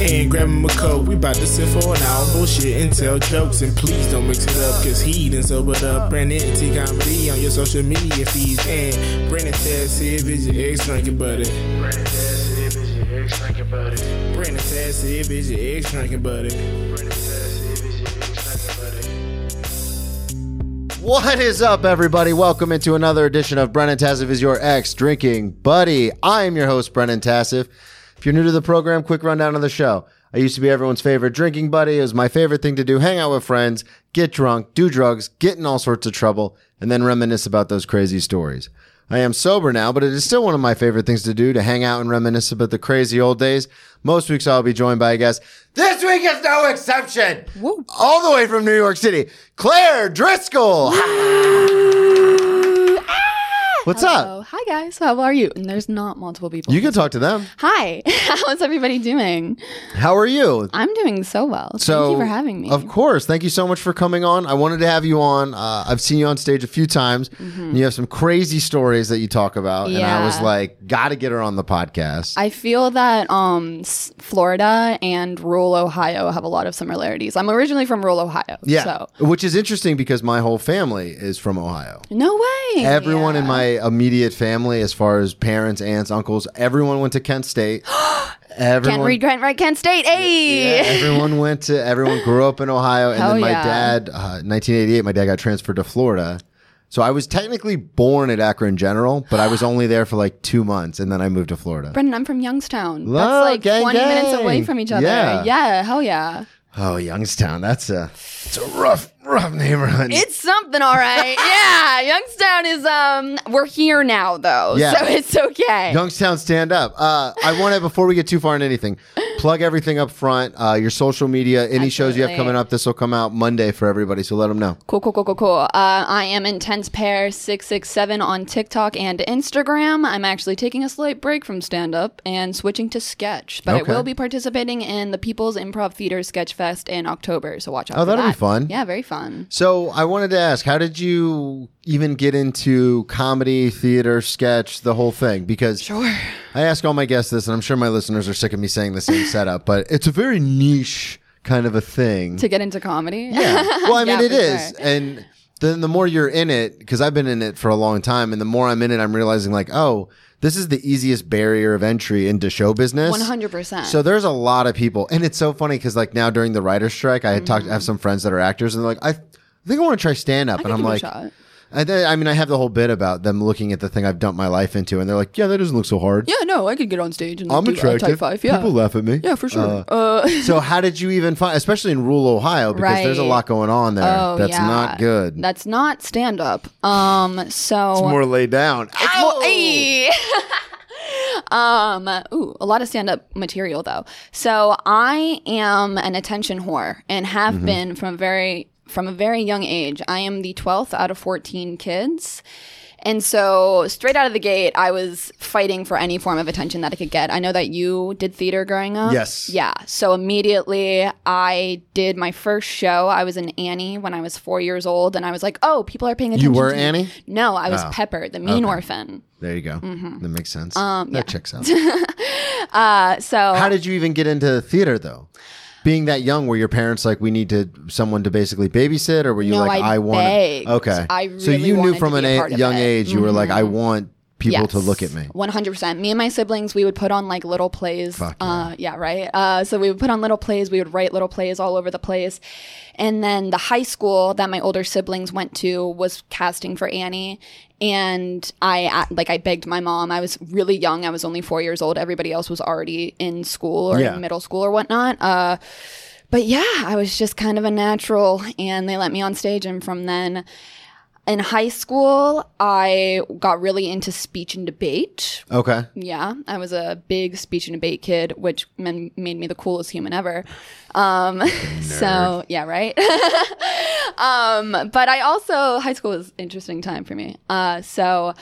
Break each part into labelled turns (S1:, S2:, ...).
S1: and grab him a coat. We about to sit for an hour, bullshit and tell jokes. And please don't mix it up, cause he done sobered up. Brandon T Comedy on your social media feeds. And Brandon Taz Siv is your ex drinking buddy.
S2: Brandon Tassib is your ex drinking buddy.
S1: Brandon Taz Siv is your ex drinking buddy.
S2: Brandon Tassib is your ex drinking buddy.
S3: What is up, everybody? Welcome into another edition of Brennan Tassif is your ex drinking buddy. I am your host, Brennan Tassif. If you're new to the program, quick rundown of the show. I used to be everyone's favorite drinking buddy. It was my favorite thing to do hang out with friends, get drunk, do drugs, get in all sorts of trouble, and then reminisce about those crazy stories. I am sober now, but it is still one of my favorite things to do to hang out and reminisce about the crazy old days. Most weeks I'll be joined by a guest. This week is no exception. All the way from New York City, Claire Driscoll. What's
S4: Ah! Hello.
S3: up?
S4: Hi guys, how are you? And there's not multiple people.
S3: You can talk to them.
S4: Hi, how's everybody doing?
S3: How are you?
S4: I'm doing so well.
S3: So,
S4: Thank you for having me.
S3: Of course. Thank you so much for coming on. I wanted to have you on. Uh, I've seen you on stage a few times. You have some crazy stories that you talk about. And I was
S4: Mm-hmm. Yeah.
S3: like, got to get her on the podcast.
S4: I feel that um, s- Florida and rural Ohio have a lot of similarities. I'm originally from rural Ohio.
S3: yeah.
S4: So.
S3: Which is interesting because my whole family is from Ohio.
S4: No way.
S3: Everyone in my immediate family, as far as parents, aunts, uncles, everyone went to Kent State.
S4: Kent
S3: everyone,
S4: Reed, Grant, Wright, Kent State. Hey.
S3: Yeah, everyone went to everyone grew up in Ohio, and
S4: Hell
S3: then my
S4: yeah.
S3: dad, uh, 1988, my dad got transferred to Florida. So I was technically born at Akron General, but I was only there for like two months, and then I moved to Florida.
S4: Brendan, I'm from Youngstown.
S3: Love,
S4: That's like
S3: gang,
S4: 20 minutes away
S3: gang.
S4: from each other.
S3: Yeah.
S4: yeah, hell yeah.
S3: Oh, Youngstown, that's a it's a rough, rough neighborhood.
S4: It's something, all right. yeah, Youngstown is um. We're here now, though,
S3: Yeah.
S4: so it's okay.
S3: Youngstown, stand up. Uh, I want to before we get too far in anything, plug everything up front. Uh, your social media, any shows you have
S4: Absolutely.
S3: coming up. This will come out Monday for everybody, so let them know.
S4: cool, cool, cool, cool, cool. Uh, I am intense pair six six seven on TikTok and Instagram. I'm actually taking a slight break from stand up and switching to sketch, but
S3: Okay.
S4: I will be participating in the People's Improv Theater Sketch Fest in October. So watch out.
S3: Oh,
S4: for
S3: that'll be
S4: that.
S3: fun.
S4: Yeah, very fun.
S3: So I wanted to ask, how did you even get into comedy, theater, sketch, the whole thing? Because sure. I ask all my guests this, and I'm sure my listeners are sick of me saying the same setup, but it's a very niche kind of a thing.
S4: To get into comedy.
S3: yeah. Well, I mean,
S4: Yeah,
S3: it
S4: for
S3: is,
S4: sure.
S3: and then the more you're in it, because I've been in it for a long time, and the more I'm in it, I'm realizing like, oh, this is the easiest barrier of entry into show business.
S4: One hundred percent.
S3: So there's a lot of people, and it's so funny because like now during the writer's strike, I had talked. I
S4: Mm.
S3: have some friends that are actors, and they're like, I, th- I think I want to try stand up, and I'm like,
S4: shot.
S3: I, th- I mean, I have the whole bit about them looking at the thing I've dumped my life into, and they're like, yeah, that doesn't look so hard.
S4: Yeah, no, I could get on stage and like,
S3: I'm
S4: do a
S3: attractive.
S4: type five. Yeah,
S3: People laugh at me.
S4: yeah, for sure.
S3: Uh,
S4: uh,
S3: so how did you even find, especially in rural Ohio, because there's a
S4: Right.
S3: lot going on there
S4: Oh,
S3: that's
S4: yeah.
S3: not good.
S4: That's not stand up. Um, so
S3: it's more laid down. It's
S4: Well, ay. um, ooh, a lot of stand up material though. So I am an attention whore and have been from a very from a very young age. I am the twelfth out of fourteen kids. And so, straight out of the gate, I was fighting for any form of attention that I could get. I know that you did theater growing up.
S3: Yes.
S4: Yeah. So, immediately I did my first show. I was in Annie when I was four years old, and I was like, oh, people are paying attention.
S3: were
S4: to me."
S3: Annie?
S4: No, I was
S3: Oh.
S4: Pepper, the mean orphan.
S3: There you go. That makes sense.
S4: Um,
S3: that checks out.
S4: Uh, so
S3: How did you even get into theater though? Being that young, were your parents like, we need to someone to basically babysit, or were you
S4: No,
S3: like,
S4: I
S3: I, want?
S4: begged.
S3: Okay,
S4: I
S3: so
S4: really
S3: you knew
S4: wanted
S3: from
S4: to
S3: an
S4: be a
S3: a-
S4: part of
S3: young
S4: it. Mm-hmm.
S3: age, you were like, I want people to
S4: Yes.
S3: look at me.
S4: 100%. Me and my siblings, we would put on like little plays.
S3: Fuck
S4: uh, yeah, right? Uh, so we would put on little plays. We would write little plays all over the place. And then the high school that my older siblings went to was casting for Annie. And I, uh, like, I begged my mom. I was really young. I was only four years old. Everybody else was already in school or
S3: Yeah.
S4: in middle school or whatnot. Uh, but yeah, I was just kind of a natural. And they let me on stage. And from then, In high school, I got really into speech and debate.
S3: Okay.
S4: Yeah, I was a big speech and debate kid, which men- made me the coolest human ever. Um, so yeah, right. um, but I also high school was an interesting time for me. Uh, so,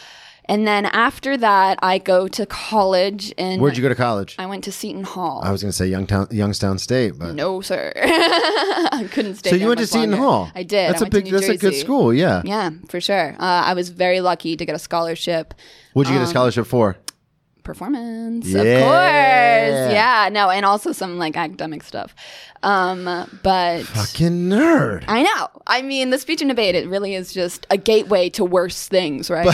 S4: and then after that, I go to college and
S3: Where'd you go to college?
S4: I went to Seton Hall.
S3: I was going to say Youngtown, Youngstown State, but
S4: no, sir, I couldn't stay.
S3: so you
S4: there
S3: went to
S4: much
S3: Seton
S4: longer.
S3: Hall.
S4: I did.
S3: That's
S4: a
S3: a big. That's a good school. Yeah.
S4: Yeah, for sure. Uh, I was very lucky to get a scholarship.
S3: What'd
S4: Um,
S3: you get a scholarship for?
S4: performance of
S3: Yeah.
S4: course yeah no and also some like academic stuff um but
S3: Fucking nerd.
S4: i know i mean the speech and debate it really is just a gateway to worse things right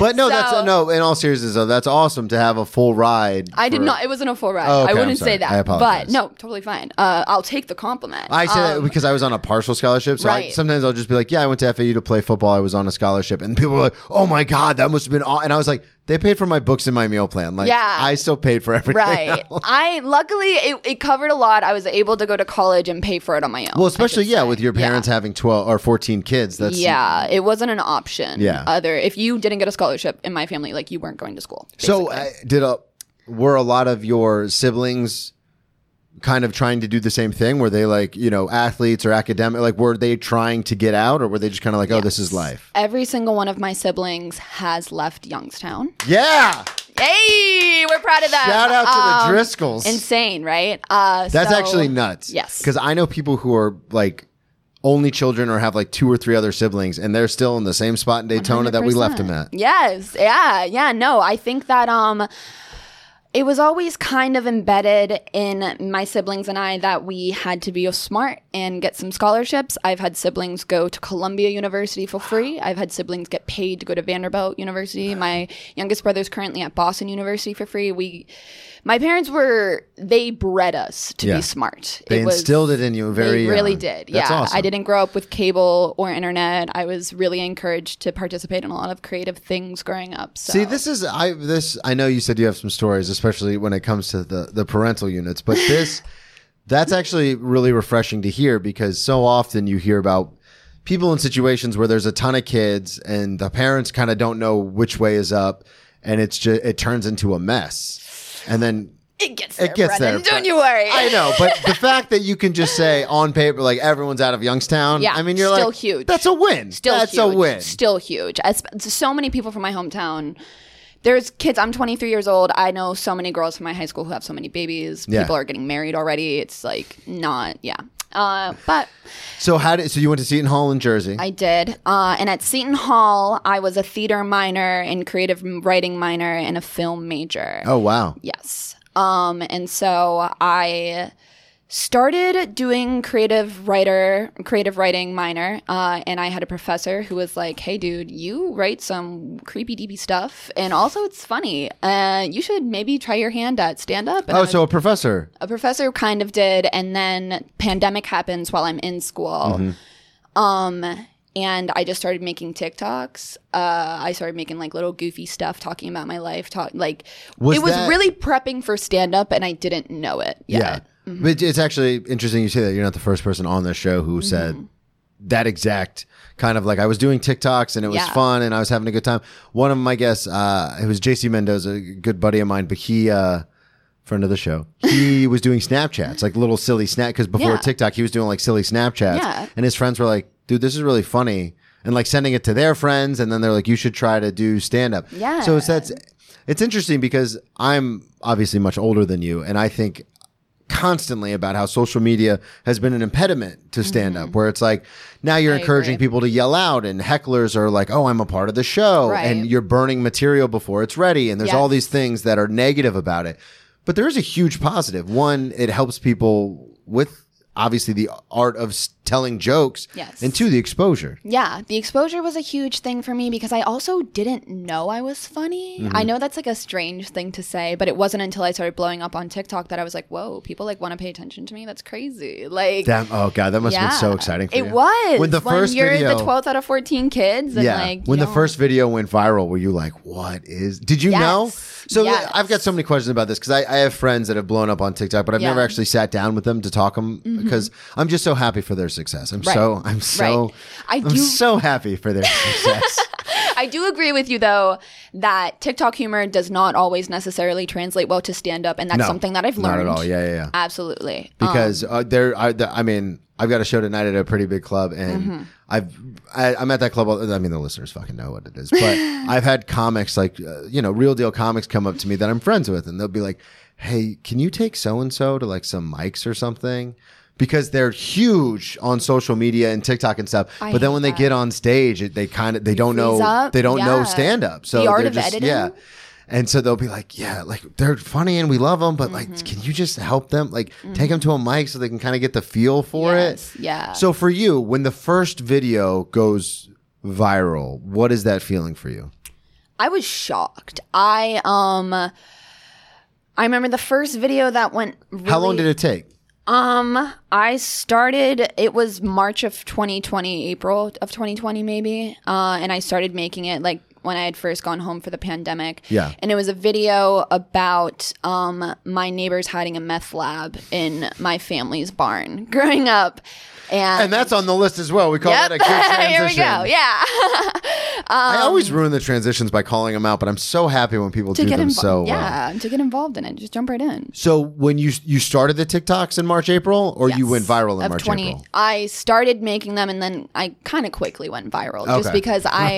S3: But no, that's
S4: So-
S3: no. In all seriousness, though, that's awesome to have a full ride.
S4: i did
S3: for-
S4: not it wasn't a full ride
S3: Oh, okay,
S4: i
S3: I'm
S4: wouldn't
S3: sorry.
S4: say that
S3: I apologize.
S4: but no totally fine uh i'll take the compliment
S3: I say that
S4: Um,
S3: because I was on a partial scholarship, so I,
S4: Right.
S3: sometimes I'll just be like, "Yeah, I went to FAU to play football. I was on a scholarship," and people were like, "Oh my god, that must have been." Aw-. And I was like, "They paid for my books and my meal plan. Like,
S4: Yeah.
S3: I still paid for everything."
S4: right
S3: else."
S4: i luckily it, it covered a lot i was able to go to college and pay for it on my own
S3: Well,
S4: I
S3: especially
S4: should
S3: yeah,
S4: say.
S3: with your
S4: Yeah.
S3: parents having twelve or fourteen kids, that's
S4: yeah, it wasn't an option.
S3: Yeah.
S4: Other if you didn't get a scholarship in my family, like you weren't going to school.
S3: So
S4: basically.
S3: uh, did a were a lot of your siblings kind of trying to do the same thing? Were they like you know athletes or academic? Like were they trying to get out, or were they just kind of like, oh, this is life?
S4: Every single one of my siblings has left Youngstown.
S3: Yeah,
S4: Yay! We're proud of that.
S3: shout out to the Driscolls.
S4: Insane, right? Uh,
S3: That's
S4: so-
S3: actually nuts.
S4: Yes.
S3: because I know people who are like only children or have like two or three other siblings, and they're still in the same spot in Daytona that we left them at.
S4: Yes. Yeah. Yeah. No, I think that um it was always kind of embedded in my siblings and I that we had to be smart and get some scholarships. I've had siblings go to Columbia University for free. I've had siblings get paid to go to Vanderbilt University. My youngest brother's currently at Boston University for free. We my parents were they bred us to
S3: Yeah.
S4: be smart.
S3: They instilled it in you very.
S4: They really
S3: young.
S4: did.
S3: That's
S4: yeah,
S3: awesome.
S4: I didn't grow up with cable or internet. I was really encouraged to participate in a lot of creative things growing up. So.
S3: See, this is I this I know you said you have some stories, especially when it comes to the the parental units, but this that's actually really refreshing to hear because so often you hear about people in situations where there's a ton of kids and the parents kind of don't know which way is up and it's just it turns into a mess. And then
S4: it gets there.
S3: it gets
S4: Brennan.
S3: there,
S4: Don't
S3: but-
S4: you worry.
S3: I know, but the fact that you can just say on paper like everyone's out of Youngstown,
S4: Yeah,
S3: I mean you're
S4: still
S3: like
S4: huge.
S3: That's a win.
S4: Still
S3: that's
S4: huge.
S3: a win.
S4: Still huge. I sp- so many people from my hometown. There's kids. I'm 23 years old. I know so many girls from my high school who have so many babies.
S3: Yeah.
S4: People are getting married already. It's like not. Yeah. Uh, but
S3: so how did so you went to Seton Hall in Jersey?
S4: I did. Uh, and at Seton Hall, I was a theater minor and creative writing minor and a film major.
S3: oh wow.
S4: Yes. Um, and so I started doing creative writer, creative writing minor, uh, and I had a professor who was like, "Hey, dude, you write some creepy deepy stuff, and also it's funny. Uh, you should maybe try your hand at stand up."
S3: Oh, so a professor.
S4: a professor kind of did, and then pandemic happens while I'm in school.
S3: Mm-hmm.
S4: Um, and I just started making TikToks. Uh, I started making like little goofy stuff, talking about my life. Talk like
S3: Was
S4: it was
S3: that-
S4: really prepping for stand up, and I didn't know it. Yet.
S3: Yeah.
S4: Mm-hmm.
S3: But it's actually interesting you say that. You're not the first person on this show who said that exact kind of like I was doing TikToks and it was
S4: Mm-hmm. Yeah.
S3: fun and I was having a good time. One of my guests, uh, it was JC Mendoza, a good buddy of mine, but he, uh, friend of the show, he was doing Snapchats, like little silly snap. Because before
S4: Yeah.
S3: TikTok, he was doing like silly Snapchats.
S4: Yeah.
S3: And his friends were like, dude, this is really funny. And like sending it to their friends. And then they're like, you should try to do stand up.
S4: Yeah.
S3: So it's that's, it's interesting because I'm obviously much older than you. And I think constantly about how social media has been an impediment to stand
S4: Mm-hmm.
S3: up where it's like now you're encouraging people to yell out and hecklers are like oh i'm a part of the show
S4: Right.
S3: and you're burning material before it's ready and there's all
S4: Yes.
S3: these things that are negative about it but there is a huge positive one it helps people with obviously the art of s- telling jokes
S4: Yes.
S3: and two the exposure
S4: Yeah, the exposure was a huge thing for me because I also didn't know I was funny.
S3: Mm-hmm.
S4: I know that's like a strange thing to say, but it wasn't until I started blowing up on TikTok that I was like, "Whoa, people like want to pay attention to me. That's crazy." Like
S3: that, oh god that must have been so exciting for
S4: it
S3: you.
S4: was.
S3: when the first
S4: you're
S3: video
S4: the 12th out of 14 kids, and
S3: yeah.
S4: like
S3: when the
S4: yo-
S3: first video went viral, were you like, "What is?" Did you
S4: Yes.
S3: know? So
S4: Yes.
S3: I've got so many questions about this because I, I have friends that have blown up on TikTok, but I've
S4: Yeah. Mm-hmm.
S3: never actually sat down with them to talk them because I'm just so happy for their success. I'm
S4: Right.
S3: so I'm so
S4: Right. I
S3: I'm
S4: do-
S3: so happy for their success.
S4: I do agree with you though that TikTok humor does not always necessarily translate well to stand up, and that's
S3: No,
S4: something that I've
S3: Not at
S4: learned.
S3: all. Yeah, yeah, yeah.
S4: absolutely. Um,
S3: because uh, there are the, I mean I've got a show tonight at a pretty big club and
S4: Mm-hmm.
S3: I've I, I'm at that club all, I mean the listeners fucking know what it is but I've had comics like uh, you know real deal comics come up to me that I'm friends with and they'll be like hey can you take so and so to like some mics or something because they're huge on social media and TikTok and stuff
S4: I
S3: but then
S4: hate
S3: when they
S4: that.
S3: get on stage it, they kind of they don't know
S4: freeze up.
S3: they don't know
S4: Yeah.
S3: stand up so
S4: The art
S3: they're
S4: of
S3: just
S4: editing.
S3: yeah and so they'll be like, yeah, like they're funny and we love them, but like,
S4: Mm-hmm.
S3: can you just help them? Like, take them to a mic so they can kind of get the feel for
S4: Yes,
S3: it.
S4: yeah.
S3: So for you, when the first video goes viral, what is that feeling for you?
S4: I was shocked. I um, I remember the first video that went. Really,
S3: How long did it take?
S4: Um, I started. It was March of 2020, April of 2020, maybe. Uh, and I started making it like when I had first gone home for the pandemic.
S3: Yeah.
S4: And it was a video about um my neighbors hiding a meth lab in my family's barn growing up, and
S3: And that's on the list as well. We call
S4: Yep.
S3: that a good transition.
S4: Here we go. Yeah. um,
S3: I always ruin the transitions by calling them out, but I'm so happy when people
S4: to
S3: do
S4: get
S3: them
S4: involved.
S3: so uh, well.
S4: yeah. To get involved in it, just jump right in.
S3: So when you you started the TikToks in March, April, or you
S4: Yes.
S3: went viral in
S4: Of
S3: March, April?
S4: I started making them and then I kind of quickly went viral
S3: Okay.
S4: just because I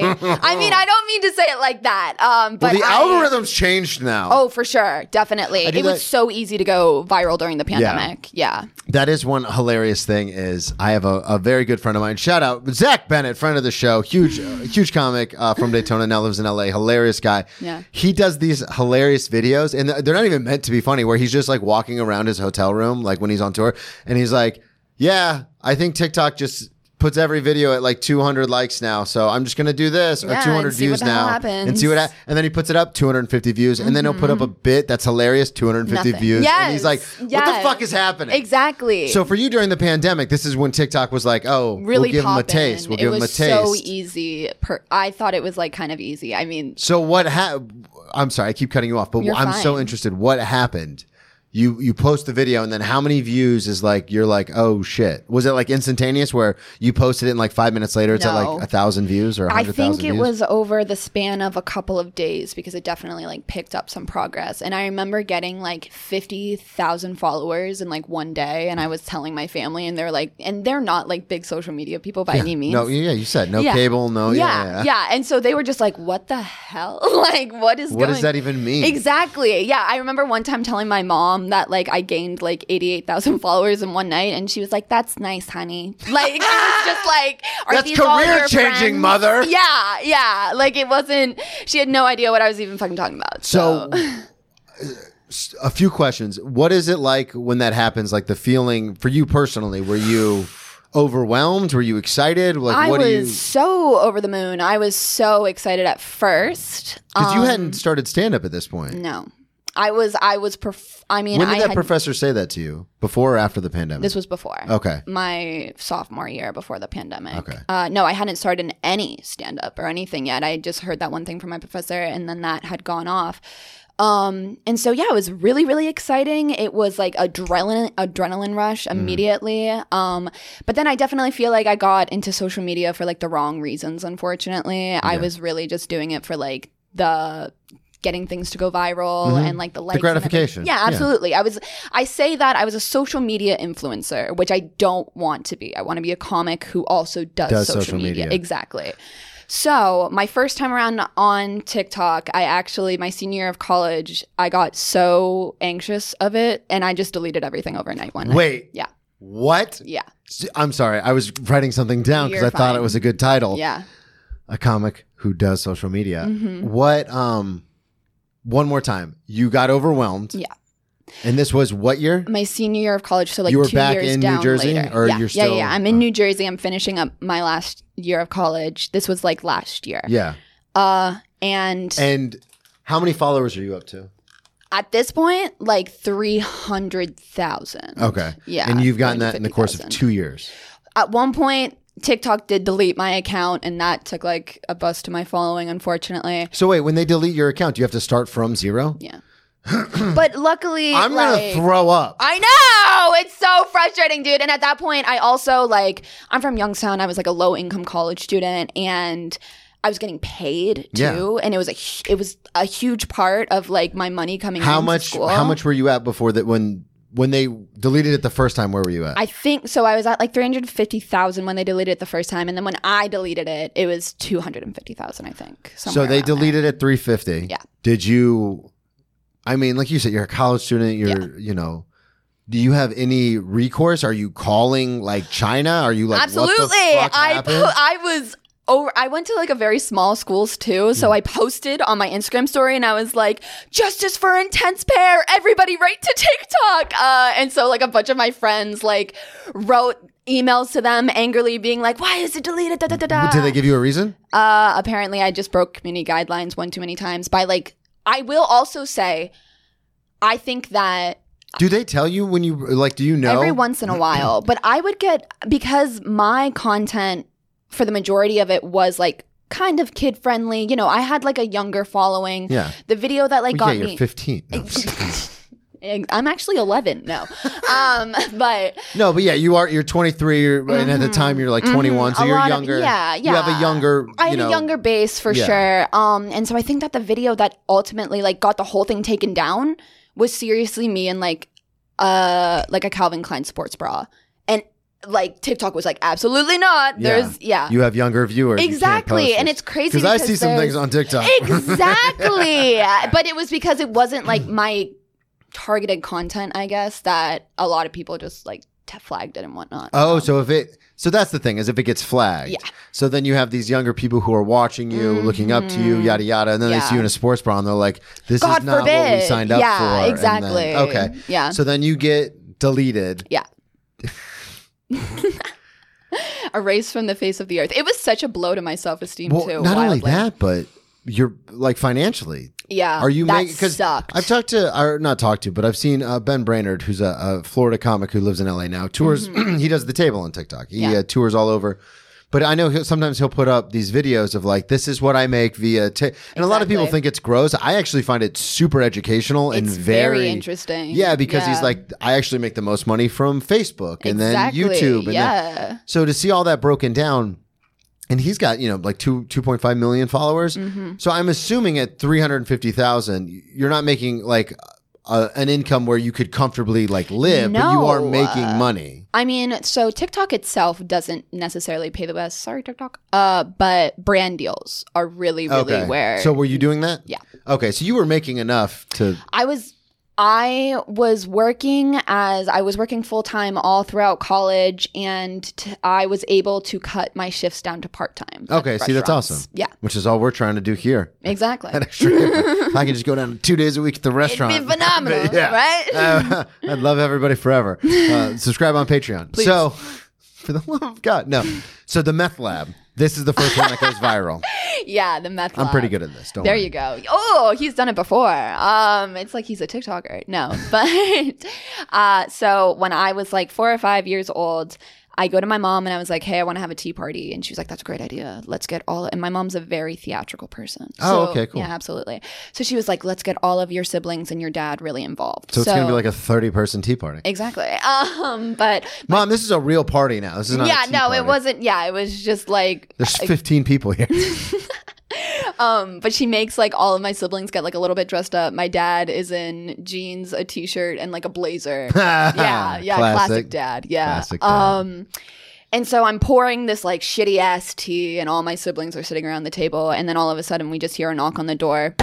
S4: I mean I don't mean to say it like that. Um but
S3: Well, the
S4: I-
S3: algorithm's changed now.
S4: Oh, for sure. Definitely.
S3: I
S4: It
S3: do that-
S4: was so easy to go viral during the pandemic. Yeah.
S3: That is one hilarious thing. Is I have a, a very good friend of mine. Shout out Zach Bennett, friend of the show, huge huge comic uh, from Daytona. Now lives in L.A. Hilarious guy.
S4: Yeah.
S3: he does these hilarious videos, and they're not even meant to be funny. Where he's just like walking around his hotel room, like when he's on tour, and he's like, "Yeah, I think TikTok just." Puts every video at like 200 likes now, so I'm just gonna do this or
S4: Yeah,
S3: 200
S4: and see what
S3: views
S4: the hell
S3: now and
S4: happens. Mm-hmm.
S3: see what happens. And then he puts it up 250 views, and then he'll put up a bit that's hilarious 250
S4: Nothing.
S3: views, and he's
S4: Yes,
S3: like, "What the
S4: yes.
S3: fuck is happening?"
S4: Exactly.
S3: So for you during the pandemic, this is when TikTok was like, "Oh,
S4: really
S3: we'll give them a
S4: poppin'.
S3: taste. We'll give
S4: it
S3: them a
S4: was
S3: taste." So,
S4: so e- easy. Per- I thought it was like kind of easy. I mean,
S3: what happened? I'm sorry, I keep cutting you off, but
S4: You're
S3: I'm so
S4: fine.
S3: interested. What happened? You you post the video, and then how many views is like you're like, "Oh shit!" Was it like instantaneous where you posted it and like five minutes later, it's at
S4: No.
S3: like a thousand views or a
S4: I
S3: hundred
S4: think
S3: thousand
S4: it
S3: views?
S4: was over the span of a couple of days because it definitely like picked up some progress. And I remember getting like 50,000 followers in like one day. And I was telling my family, and they're like, and they're not like big social media people by any means.
S3: no, yeah, you said no
S4: Yeah.
S3: cable, no, yeah,
S4: yeah, yeah. And so they were just like, what the hell? like, what is
S3: What
S4: going
S3: does that even mean?
S4: Exactly. Yeah. I remember one time telling my mom that like I gained like 88,000 followers in one night and she was like, that's nice, honey. Like, it was just like, are
S3: That's
S4: these all your
S3: career-changing,
S4: friends?
S3: mother.
S4: Yeah. Yeah. Like it wasn't, she had no idea what I was even fucking talking about.
S3: So,
S4: So,
S3: a few questions. What is it like when that happens? Like the feeling for you personally? Were you overwhelmed? Were you excited? Like
S4: I
S3: what
S4: was
S3: do you?
S4: so over the moon. I was so excited at first.
S3: Because you
S4: Um,
S3: hadn't started stand up at this point.
S4: No. I was, I was, perf- I mean,
S3: when did
S4: I
S3: that
S4: had,
S3: professor say that to you? Before or after the pandemic?
S4: this was before.
S3: okay.
S4: my sophomore year before the pandemic.
S3: Okay.
S4: Uh, no, I hadn't started any stand up or anything yet. I had just heard that one thing from my professor, and then that had gone off. Um, and so yeah, it was really, really exciting. It was like adrenaline, adrenaline rush immediately. Um, but then I definitely feel like I got into social media for like the wrong reasons. Unfortunately, I was really just doing it for like the getting things to go viral and like the likes and
S3: gratification.
S4: everything. Yeah,
S3: Yeah.
S4: absolutely. Absolutely. I was I say that I was a social media influencer, which I don't want to be. I want to be a comic who also does,
S3: Does
S4: social,
S3: social
S4: media.
S3: media.
S4: Exactly. So, my first time around on TikTok, I actually my senior year of college, I got so anxious of it and I just deleted everything overnight one night.
S3: Wait.
S4: Yeah.
S3: What?
S4: Yeah.
S3: I'm sorry. I was writing something down because I
S4: You're
S3: thought it
S4: fine.
S3: was a good title.
S4: Yeah.
S3: A comic who does social media.
S4: Mm-hmm.
S3: What? Um. One more time. You got overwhelmed.
S4: Yeah.
S3: And this was what year?
S4: my senior year of college, so like
S3: You were
S4: two
S3: back
S4: years
S3: in New
S4: down
S3: Jersey,
S4: later.
S3: or
S4: yeah.
S3: you're
S4: yeah,
S3: still-
S4: yeah, I'm in New Jersey. I'm finishing up my last year of college. This was like last year.
S3: Yeah.
S4: Uh, and
S3: And how many followers are you up to?
S4: at this point, like three hundred thousand.
S3: Okay.
S4: Yeah,
S3: And you've gotten that in the
S4: 250,000.
S3: course of two years.
S4: At one point, TikTok did delete my account, and that took like a bus to my following, unfortunately.
S3: So wait, when they delete your account, do you have to start from zero?
S4: Yeah. but luckily,
S3: Hmm. I'm gonna
S4: like,
S3: throw up.
S4: I know it's so frustrating, dude. And at that point, I also like I'm from Youngstown. I was like a low income college student, and I was getting paid too,
S3: Yeah.
S4: and it was a hu- it was a huge part of like my money coming.
S3: how
S4: home to
S3: much?
S4: school.
S3: How much were you at before that? When when they deleted it the first time, where were you at?
S4: I think so. I was at like three hundred fifty thousand when they deleted it the first time, and then when I deleted it, it was two hundred and fifty thousand. I think.
S3: so
S4: somewhere
S3: they
S4: around there.
S3: deleted it 350.
S4: Yeah.
S3: Did you? I mean, like you said, you're a college student. You're you know. Do you have any recourse? Are you calling like China? Are you like what the
S4: Absolutely,
S3: fuck
S4: I
S3: happened?
S4: po- I was. Over, I went to like a very small schools too, so
S3: Mm.
S4: I posted on my Instagram story and I was like, "Justice for intense pair, everybody right to TikTok." Uh, and so like a bunch of my friends like wrote emails to them angrily, being like, "Why is it deleted?" Da, da, da, da.
S3: Did they give you a reason?
S4: Uh, apparently, I just broke community guidelines one too many times by like. I will also say, I think that
S3: Do they tell you when you like? Do you know?
S4: every once in a while, but I would get because my content for the majority of it was like kind of kid friendly. You know, I had like a younger following.
S3: Yeah.
S4: The video that like
S3: yeah,
S4: got
S3: you're
S4: me. Eh,
S3: 15. No, I'm just-
S4: I'm actually 11 no, um, but
S3: No, but yeah, you are. You're 23, you're, and at the time you're like 21, so
S4: Mm-hmm. A
S3: you're
S4: lot of-
S3: younger.
S4: yeah,
S3: You have a
S4: yeah.
S3: younger.
S4: I
S3: you
S4: had
S3: know,
S4: a younger base for
S3: yeah.
S4: sure. Um, and so I think that the video that ultimately like got the whole thing taken down was seriously me in like uh like a Calvin Klein sports bra, and like TikTok was like absolutely not.
S3: Yeah.
S4: There's yeah.
S3: You have younger viewers.
S4: Exactly, and it's crazy
S3: because I
S4: because
S3: see some
S4: there's-
S3: things on TikTok.
S4: Exactly. but it was because it wasn't like my targeted content, I guess, that a lot of people just like t- flagged it and whatnot.
S3: Oh, so if it so that's the thing is if it gets flagged.
S4: Yeah.
S3: So then you have these younger people who are watching you, looking up to you, yada yada, and then they
S4: Yeah.
S3: see you in a sports bra and they're like, "This
S4: Mm-hmm. God
S3: is not what we
S4: forbid.
S3: signed up
S4: Yeah,
S3: for." And then-
S4: exactly.
S3: okay.
S4: Yeah.
S3: So then you get deleted.
S4: yeah. Erased from the face of the earth. It was such a blow to my self esteem
S3: Well,
S4: too.
S3: not only
S4: wildly.
S3: that, but you're like financially.
S4: Yeah.
S3: Are you
S4: Ah, that
S3: making? Because
S4: sucked.
S3: I've talked to, or not talked to, but I've seen uh, Ben Brainerd, who's a, a Florida comic who lives in LA now. Tours. he does the table on TikTok. He
S4: Mm-hmm. Yeah.
S3: uh, tours all over. But I know he'll, sometimes he'll put up these videos of like, this is what I make via. T-. And a lot of people
S4: Exactly.
S3: think it's gross. I actually find it super educational and
S4: It's
S3: very,
S4: very interesting.
S3: Yeah, because he's
S4: Yeah.
S3: like, I actually make the most money from Facebook and
S4: exactly.
S3: then YouTube. And then-
S4: yeah.
S3: so to see all that broken down, and he's got you know like two two point five million followers. So I'm assuming at three hundred fifty thousand, you're not making like a, an income where you could comfortably like live, but you are
S4: No. uh,
S3: making money.
S4: I mean, so TikTok itself doesn't necessarily pay the best. Sorry, TikTok. Uh, but brand deals are really, really where.
S3: So were you doing that?
S4: Yeah.
S3: Okay, so you were making enough to
S4: I was I was working as I was working full time all throughout college, and t- I was able to cut my shifts down to part time.
S3: Okay, see, that's awesome.
S4: Yeah,
S3: which is all we're trying to do here.
S4: exactly.
S3: That extra income. I can just go down two days a week at the restaurant.
S4: phenomenal, right?
S3: Uh, I'd love everybody forever. Uh, subscribe on Patreon. So, for the love of God, no. So the meth lab. This is the first one that goes viral.
S4: yeah, the meth.
S3: I'm
S4: lab.
S3: pretty good at this. Don't
S4: There
S3: worry.
S4: you go. Oh, he's done it before. Um, it's like he's a TikToker. No, but uh, so when I was like four or five years old, I go to my mom and I was like, "Hey, I want to have a tea party," and she was like, "That's a great idea. Let's get all." And my mom's a very theatrical person.
S3: Oh,
S4: So-
S3: okay, cool.
S4: Yeah, absolutely. So she was like, "Let's get all of your siblings and your dad really involved."
S3: So it's gonna be like a 30 person tea party.
S4: exactly. Um, but
S3: Mom, this is a real party now. This is not. a
S4: yeah,
S3: tea
S4: no,
S3: party.
S4: it wasn't. Yeah, it was just like
S3: There's 15 people here.
S4: Um, but she makes like all of my siblings get like a little bit dressed up. My dad is in jeans, a t-shirt, and like a blazer. yeah, yeah, classic, dad. Yeah.
S3: Ah, Classic dad.
S4: Um and so I'm pouring this like shitty ass tea and all my siblings are sitting around the table and then all of a sudden we just hear a knock on the door.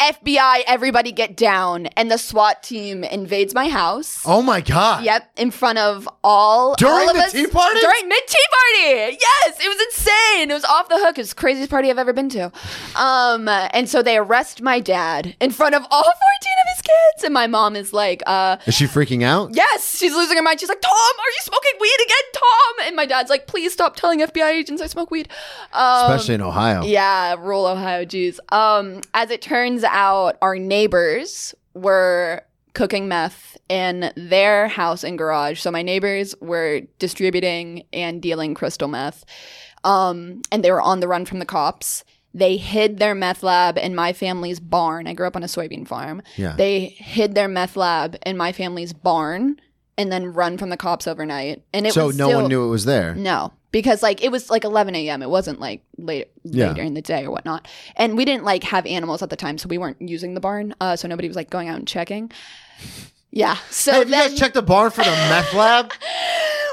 S4: FBI, everybody get down. And the SWAT team invades my house.
S3: Oh my god.
S4: Yep, in front of all
S3: During
S4: all of
S3: the
S4: us,
S3: tea party?
S4: during mid tea party. Yes, it was insane. It was off the hook. It was the craziest party I've ever been to. Um, and so they arrest my dad in front of all fourteen of his kids, and my mom is like, uh.
S3: Is she freaking out?
S4: Yes, she's losing her mind. She's like, Tom, are you smoking weed again, Tom? And my dad's like, please stop telling FBI agents I smoke weed. Um,
S3: Especially in Ohio.
S4: yeah, rural Ohio Jews. Um, as it turns out, our neighbors were cooking meth in their house and garage. So my neighbors were distributing and dealing crystal meth. Um, and they were on the run from the cops. They hid their meth lab in my family's barn. I grew up on a soybean farm.
S3: Yeah.
S4: They hid their meth lab in my family's barn and then run from the cops overnight. And it
S3: so
S4: was
S3: no
S4: still,
S3: one knew it was there.
S4: No, because like it was like 11 a.m. It wasn't like late,
S3: Yeah.
S4: late during the day or whatnot. And we didn't like have animals at the time, so we weren't using the barn. Uh, so nobody was like going out and checking. Yeah. So
S3: Hey, have
S4: then,
S3: you guys checked the barn for the meth lab?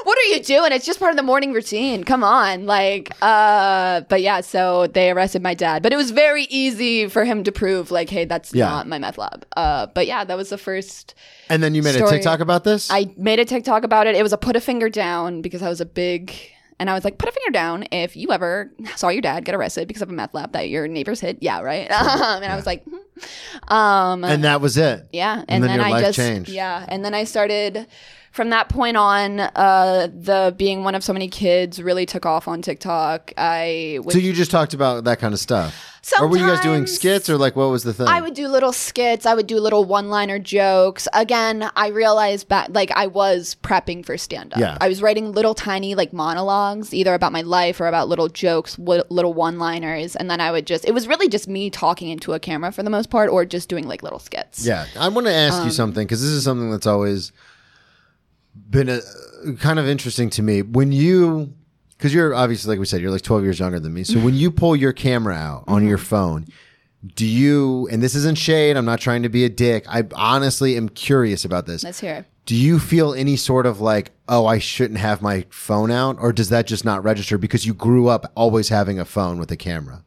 S4: what are you doing? It's just part of the morning routine. Come on. Like, uh, but yeah, so they arrested my dad. But it was very easy for him to prove, like, hey, that's
S3: Yeah.
S4: not my meth lab. Uh, but yeah, that was the first.
S3: And then you made a
S4: Story.
S3: TikTok about this?
S4: I made a TikTok about it. It was a put a finger down because I was a big. And I was like, put a finger down if you ever saw your dad get arrested because of a meth lab that your neighbors hit. Yeah, right. and I was like, hmm. um,
S3: and that was it.
S4: yeah, and,
S3: And then
S4: then,
S3: your
S4: I
S3: life
S4: just
S3: changed.
S4: yeah, and then I started from that point on. Uh, the being one of so many kids really took off on TikTok. I would
S3: So you just talked about that kind of stuff. Or were you guys doing
S4: Sometimes-
S3: skits or like what was the thing?
S4: I would do little skits. I would do little one-liner jokes. Again, I realized back like I was prepping for stand-up.
S3: Yeah.
S4: I was writing little tiny like monologues, either about my life or about little jokes, wi- little one-liners, and then I would just. It was really just me talking into a camera for the most part, or just doing like little skits.
S3: Yeah, I want to ask you something because this is something that's always been a, kind of interesting to me. When you, because you're obviously, like we said, you're like 12 years younger than me. So when you pull your camera out on your phone, do you, and this isn't shade, I'm not trying to be a dick. I honestly am curious about this.
S4: Let's hear it.
S3: Do you feel any sort of like, oh, I shouldn't have my phone out? Or does that just not register because you grew up always having a phone with a camera?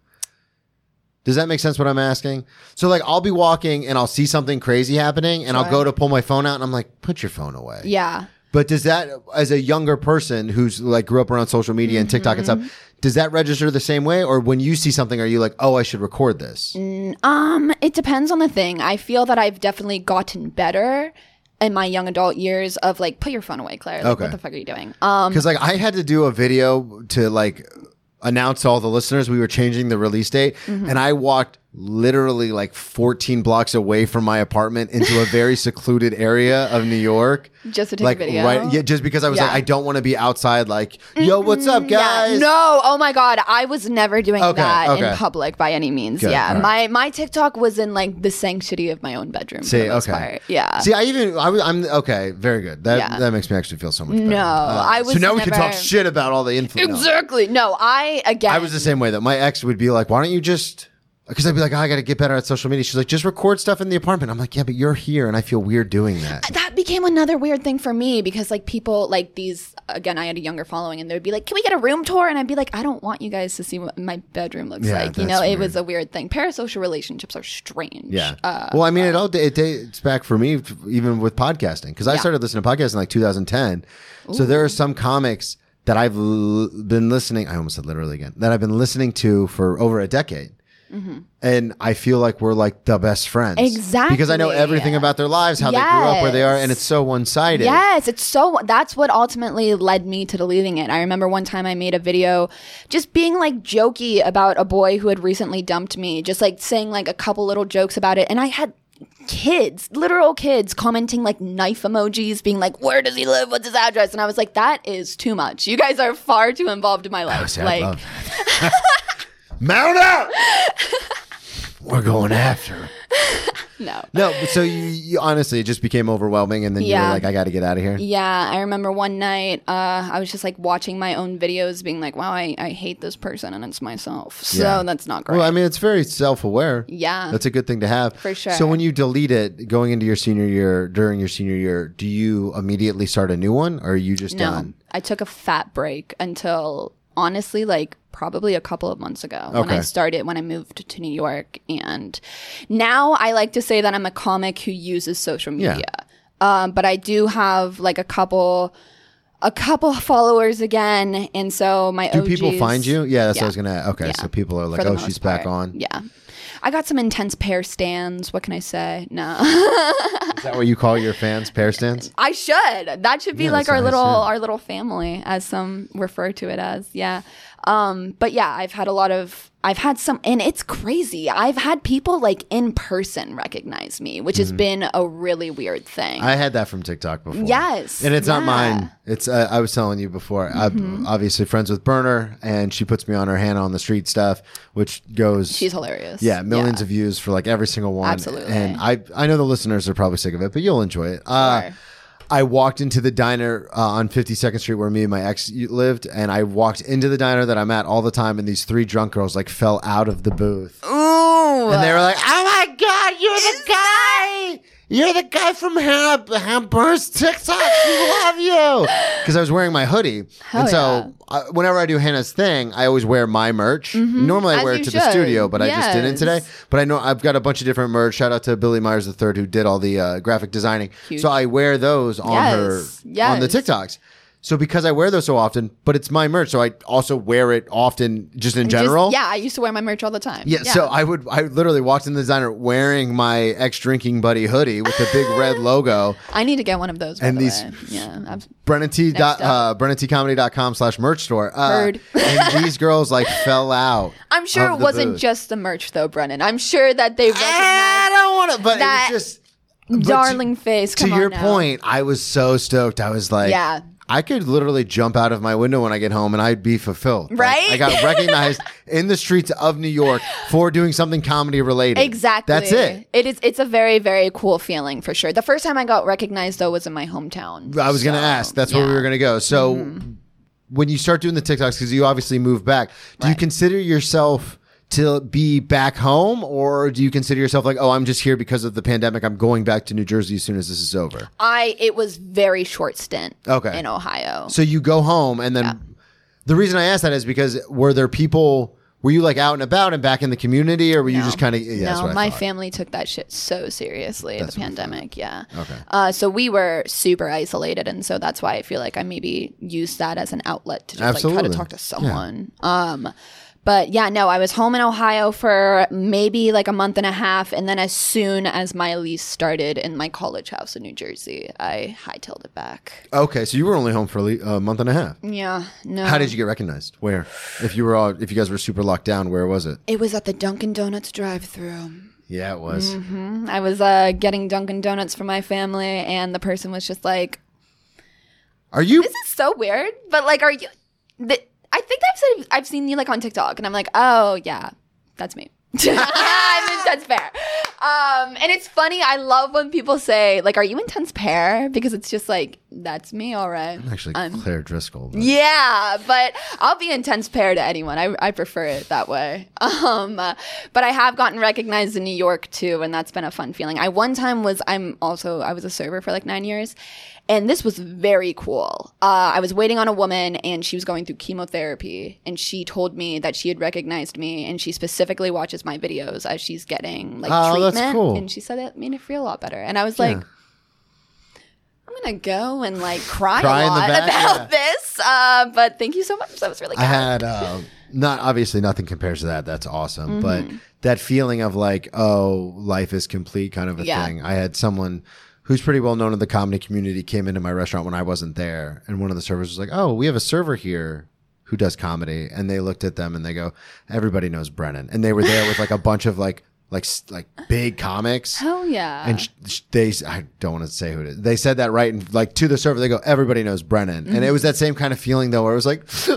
S3: Does that make sense what I'm asking? So, like, I'll be walking and I'll see something crazy happening and I'll go to pull my phone out and I'm like, put your phone away.
S4: Yeah.
S3: But does that, as a younger person who's like grew up around social media and TikTok and stuff, does that register the same way? Or when you see something, are you like, oh, I should record this?
S4: Um, it depends on the thing. I feel that I've definitely gotten better in my young adult years of like, put your phone away, Claire. Like,
S3: Okay.
S4: What the fuck are you doing? Um,
S3: Because like I had to do a video to like announce to all the listeners we were changing the release date,
S4: Mm-hmm.
S3: and I walked literally like 14 blocks away from my apartment into a very secluded area of New York.
S4: Just to take a
S3: like,
S4: video?
S3: Right, yeah, just because I was
S4: Yeah.
S3: like, I don't want to be outside. Like, yo, what's up, guys?
S4: yeah. No. Oh my God. I was never doing
S3: Okay,
S4: that
S3: okay.
S4: in public by any means.
S3: Good,
S4: yeah.
S3: all
S4: My my TikTok was in like the sanctity of my own bedroom. for
S3: See,
S4: the most
S3: okay.
S4: part. Yeah.
S3: See, I even I, was- I'm okay. Very good. That
S4: Yeah.
S3: that makes me actually feel so much better. Uh,
S4: No, I was
S3: So now we can talk
S4: never-
S3: shit about all the influence.
S4: exactly. No. I again.
S3: I was the same way that my ex would be like, "Why don't you just?" Because I'd be like, oh, "I got to get better at social media." She's like, "Just record stuff in the apartment." I'm like, "Yeah, but you're here, and I feel weird doing that."
S4: that became another weird thing for me because like people like these again I had a younger following and they would be like can we get a room tour and I'd be like I don't want you guys to see what my bedroom looks
S3: Yeah,
S4: like you
S3: that's
S4: know it was a weird thing parasocial relationships are strange
S3: Yeah.
S4: uh,
S3: well, I mean, it all it dates back for me, f- even with podcasting, because I
S4: Yeah.
S3: started listening to podcasts in like 2010. So there are some comics that I've l- been listening. I almost said literally again that I've been listening to for over a decade. And I feel like we're like the best friends. Because I know
S4: Mm-hmm. Exactly.
S3: everything about their lives, how they grew up, where they are, and
S4: Yes.
S3: it's so one sided.
S4: Yes, it's so. That's what ultimately led me to deleting it. I remember one time I made a video, just being like jokey about a boy who had recently dumped me, just like saying like a couple little jokes about it, and I had kids, literal kids, commenting like knife emojis, being like, "Where does he live? What's his address?" And I was like, "That is too much. You guys are far too involved in my life."
S3: Oh, See, I
S4: like,
S3: love that. Mount up! We're going after. him.
S4: no.
S3: No, but so you, you honestly, it just became overwhelming, and then you
S4: Yeah.
S3: were like, I got to get out of here.
S4: Yeah, I remember one night uh, I was just like watching my own videos, being like, "Wow, I, I hate this person, and it's myself." So
S3: Yeah.
S4: that's not great.
S3: Well, I mean, it's very self aware.
S4: Yeah.
S3: That's a good thing to have. For
S4: sure.
S3: So when you delete it going into your senior year, during your senior year, do you immediately start a new one or are you just
S4: No,
S3: done?
S4: I took a fat break until honestly, like probably a couple of months ago when I
S3: Okay.
S4: started when I moved to New York. And now I like to say that I'm a comic who uses social
S3: Yeah.
S4: media, um, but I do have like a couple. A couple followers again, and so my
S3: Do people
S4: OGs
S3: find you? Yeah, that's what I
S4: Oh, Yeah.
S3: was going to. Okay. So people are like,
S4: for the
S3: oh,
S4: most
S3: she's back
S4: part.
S3: on.
S4: Yeah, I got some intense pair stands. What can I say? No,
S3: Is that what you call your fans, pair stands?
S4: I should. That should be
S3: Yeah,
S4: like
S3: that's
S4: our
S3: nice,
S4: little
S3: yeah.
S4: our little family, as some refer to it as. Yeah. Um, but yeah, I've had a lot of I've had some and it's crazy. I've had people like in person recognize me, which has been a really weird thing.
S3: Mm-hmm. I had that from TikTok before.
S4: Yes,
S3: and it's not
S4: yeah. Mm-hmm.
S3: mine. It's uh, I was telling you before. I'm obviously friends with Burner, and she puts me on her Hannah on the Street stuff, which goes.
S4: She's hilarious.
S3: yeah, millions of views for like every single one.
S4: Absolutely.
S3: And I I know the listeners are probably sick of it, but you'll enjoy it. Uh,
S4: Sure.
S3: I walked into the diner uh, on 52nd Street where me and my ex lived, and I walked into the diner that I'm at all the time, and these three drunk girls like fell out of the booth.
S4: Ooh.
S3: And they were like, "Oh my god, you're the guy! You're the guy from Ham Hamburg's TikTok. We love you!" Because I was wearing my hoodie, and so uh, whenever I do Hannah's thing, I always wear my merch. Normally, I
S4: As
S3: wear it
S4: you
S3: to the
S4: should.
S3: studio, but I just didn't
S4: Yes.
S3: today. But I know I've got a bunch of different merch. Shout out to Billy Myers III who did all the uh, graphic designing. So I wear those on
S4: Yes.
S3: her
S4: Yes.
S3: on the TikToks. So because I wear those so often, but it's my merch, so I also wear it often just in
S4: Just-
S3: general.
S4: yeah, I used to wear my merch all the time.
S3: Yeah, so I would I literally walked in the designer wearing my ex drinking buddy hoodie with the big red logo.
S4: I need to get one of those.
S3: And
S4: and
S3: these-
S4: these, yeah, abs-
S3: Brennan T dot, uh,
S4: up.
S3: BrennanTComedy.com slash merch store. Uh,
S4: Heard.
S3: and these girls like fell out.
S4: I'm sure
S3: of
S4: it
S3: the
S4: wasn't
S3: booth.
S4: just the merch though, Brennan. I'm sure that they
S3: Eh, I
S4: recognized
S3: don't want to, but
S4: that
S3: it was just but to-
S4: darling face.
S3: To
S4: Come on
S3: your
S4: now.
S3: point, I was so stoked. I was like,
S4: Yeah.
S3: I could literally jump out of my window when I get home and I'd be fulfilled. Like,
S4: Right?
S3: I got recognized in the streets of New York for doing something comedy related.
S4: Exactly.
S3: That's it.
S4: It is. It's a very, very cool feeling for sure. The first time I got recognized though was in my hometown.
S3: I was going to
S4: So,
S3: ask. That's where we
S4: yeah. Mm-hmm.
S3: were going to go. So when you start doing the TikToks, because you obviously moved back, do you
S4: Right.
S3: consider yourself to be back home, or do you consider yourself like, oh, I'm just here because of the pandemic. I'm going back to New Jersey as soon as this is over.
S4: I. It was very short stint.
S3: Okay.
S4: In Ohio.
S3: So you go home, and then the reason I asked that is because were there people? Were you like out and about and back in the community, or were you
S4: No.
S3: just kind of? Yeah, that's
S4: no,
S3: what I
S4: my
S3: thought.
S4: family took that shit so seriously. the pandemic, yeah.
S3: Okay.
S4: Uh, so we were super isolated, and so that's why I feel like I maybe used that as an outlet to just like try
S3: Absolutely.
S4: to talk
S3: Yeah.
S4: to someone. Um, but yeah, no, I was home in Ohio for maybe like a month and a half, and then as soon as my lease started in my college house in New Jersey, I hightailed it back.
S3: Okay, so you were only home for a le- a month and a half.
S4: Yeah, no.
S3: How did you get recognized? Where? If you were all, if you guys were super locked down, where was it?
S4: It was at the Dunkin' Donuts drive-through.
S3: Yeah, it was.
S4: Mm-hmm. I was uh, getting Dunkin' Donuts for my family, and the person was just like,
S3: Are you?
S4: this is so weird, but like, are you? The, I think I've said I've seen you like on TikTok, and I'm like, oh yeah, that's me. I'm an intense pair. Um, and it's funny. I love when people say like, "Are you intense pair?" Because it's just like, that's me. All right.
S3: Actually,
S4: I'm-
S3: Claire Driscoll. but-
S4: yeah, but I'll be intense pair to anyone. I, I prefer it that way. Um, uh, but I have gotten recognized in New York too, and that's been a fun feeling. I one time was I'm also I was a server for like nine years, and this was very cool. Uh, I was waiting on a woman, and she was going through chemotherapy, and she told me that she had recognized me, and she specifically watches my videos as she's getting like
S3: Oh, that's
S4: treatment,
S3: cool.
S4: and she said it made her feel a lot better, and I was like. I'm gonna go and like cry,
S3: Cry in
S4: a
S3: the
S4: lot
S3: back,
S4: about
S3: yeah.
S4: this. Uh, but thank you so much. That was really
S3: I
S4: good.
S3: had uh, not obviously nothing compares to that. That's
S4: Mm-hmm.
S3: awesome, but that feeling of like, oh, life is complete, kind of a
S4: Yeah.
S3: thing. I had someone who's pretty well known in the comedy community came into my restaurant when I wasn't there, and one of the servers was like, "Oh, we have a server here." Who does comedy? And they looked at them and they go, "Everybody knows Brennan." And they were there with like a bunch of like, like, s- like big comics.
S4: Hell yeah.
S3: And sh- sh- they, I don't want to say who it is. They said that right and like to the server. They go, everybody knows Brennan, and
S4: Mm-hmm.
S3: it was that same kind of feeling though, where it was like, oh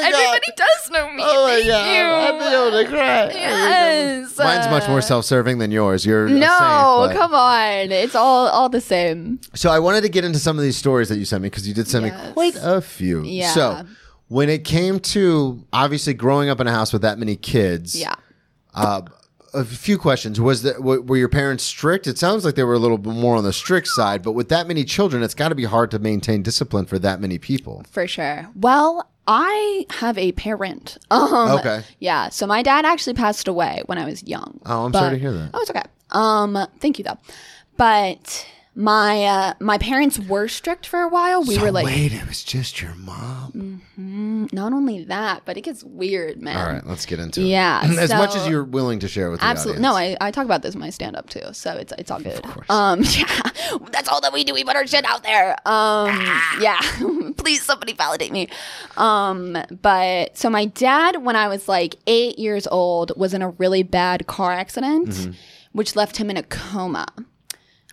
S3: my god,
S4: Everybody does know me.
S3: oh my
S4: thank
S3: god,
S4: you.
S3: I'm able to cry.
S4: Yes. uh,
S3: Mine's much more self-serving than yours. You're
S4: No,
S3: a saint, but-
S4: come on. It's all all the same.
S3: So I wanted to get into some of these stories that you sent me because you did send me
S4: Yes.
S3: quite a few.
S4: Yeah.
S3: So when it came to obviously growing up in a house with that many kids,
S4: Yeah.
S3: Uh, a few questions. Was that w- were your parents strict? It sounds like they were a little bit more on the strict side, but with that many children, it's got to be hard to maintain discipline for that many people.
S4: For sure. Well, I have a parent. Um,
S3: Okay.
S4: Yeah. So my dad actually passed away when I was young.
S3: Oh, I'm
S4: But-
S3: sorry to hear that.
S4: Oh, it's okay. Um, thank you though. But my uh, my parents were strict for a while. We were like,
S3: it was just your mom.
S4: Not only that, but it gets weird, man.
S3: All right, let's get into it.
S4: Yeah,
S3: as much
S4: so-
S3: as you're willing to share with the
S4: Absolutely.
S3: audience.
S4: No, I, I talk about this in my stand up too. So it's it's all good. Um yeah. That's all that we do. We put our shit out there. Um yeah. Please somebody validate me. Um but so my dad when I was like 8 years old was in a really bad car accident
S3: Mm-hmm.
S4: which left him in a coma.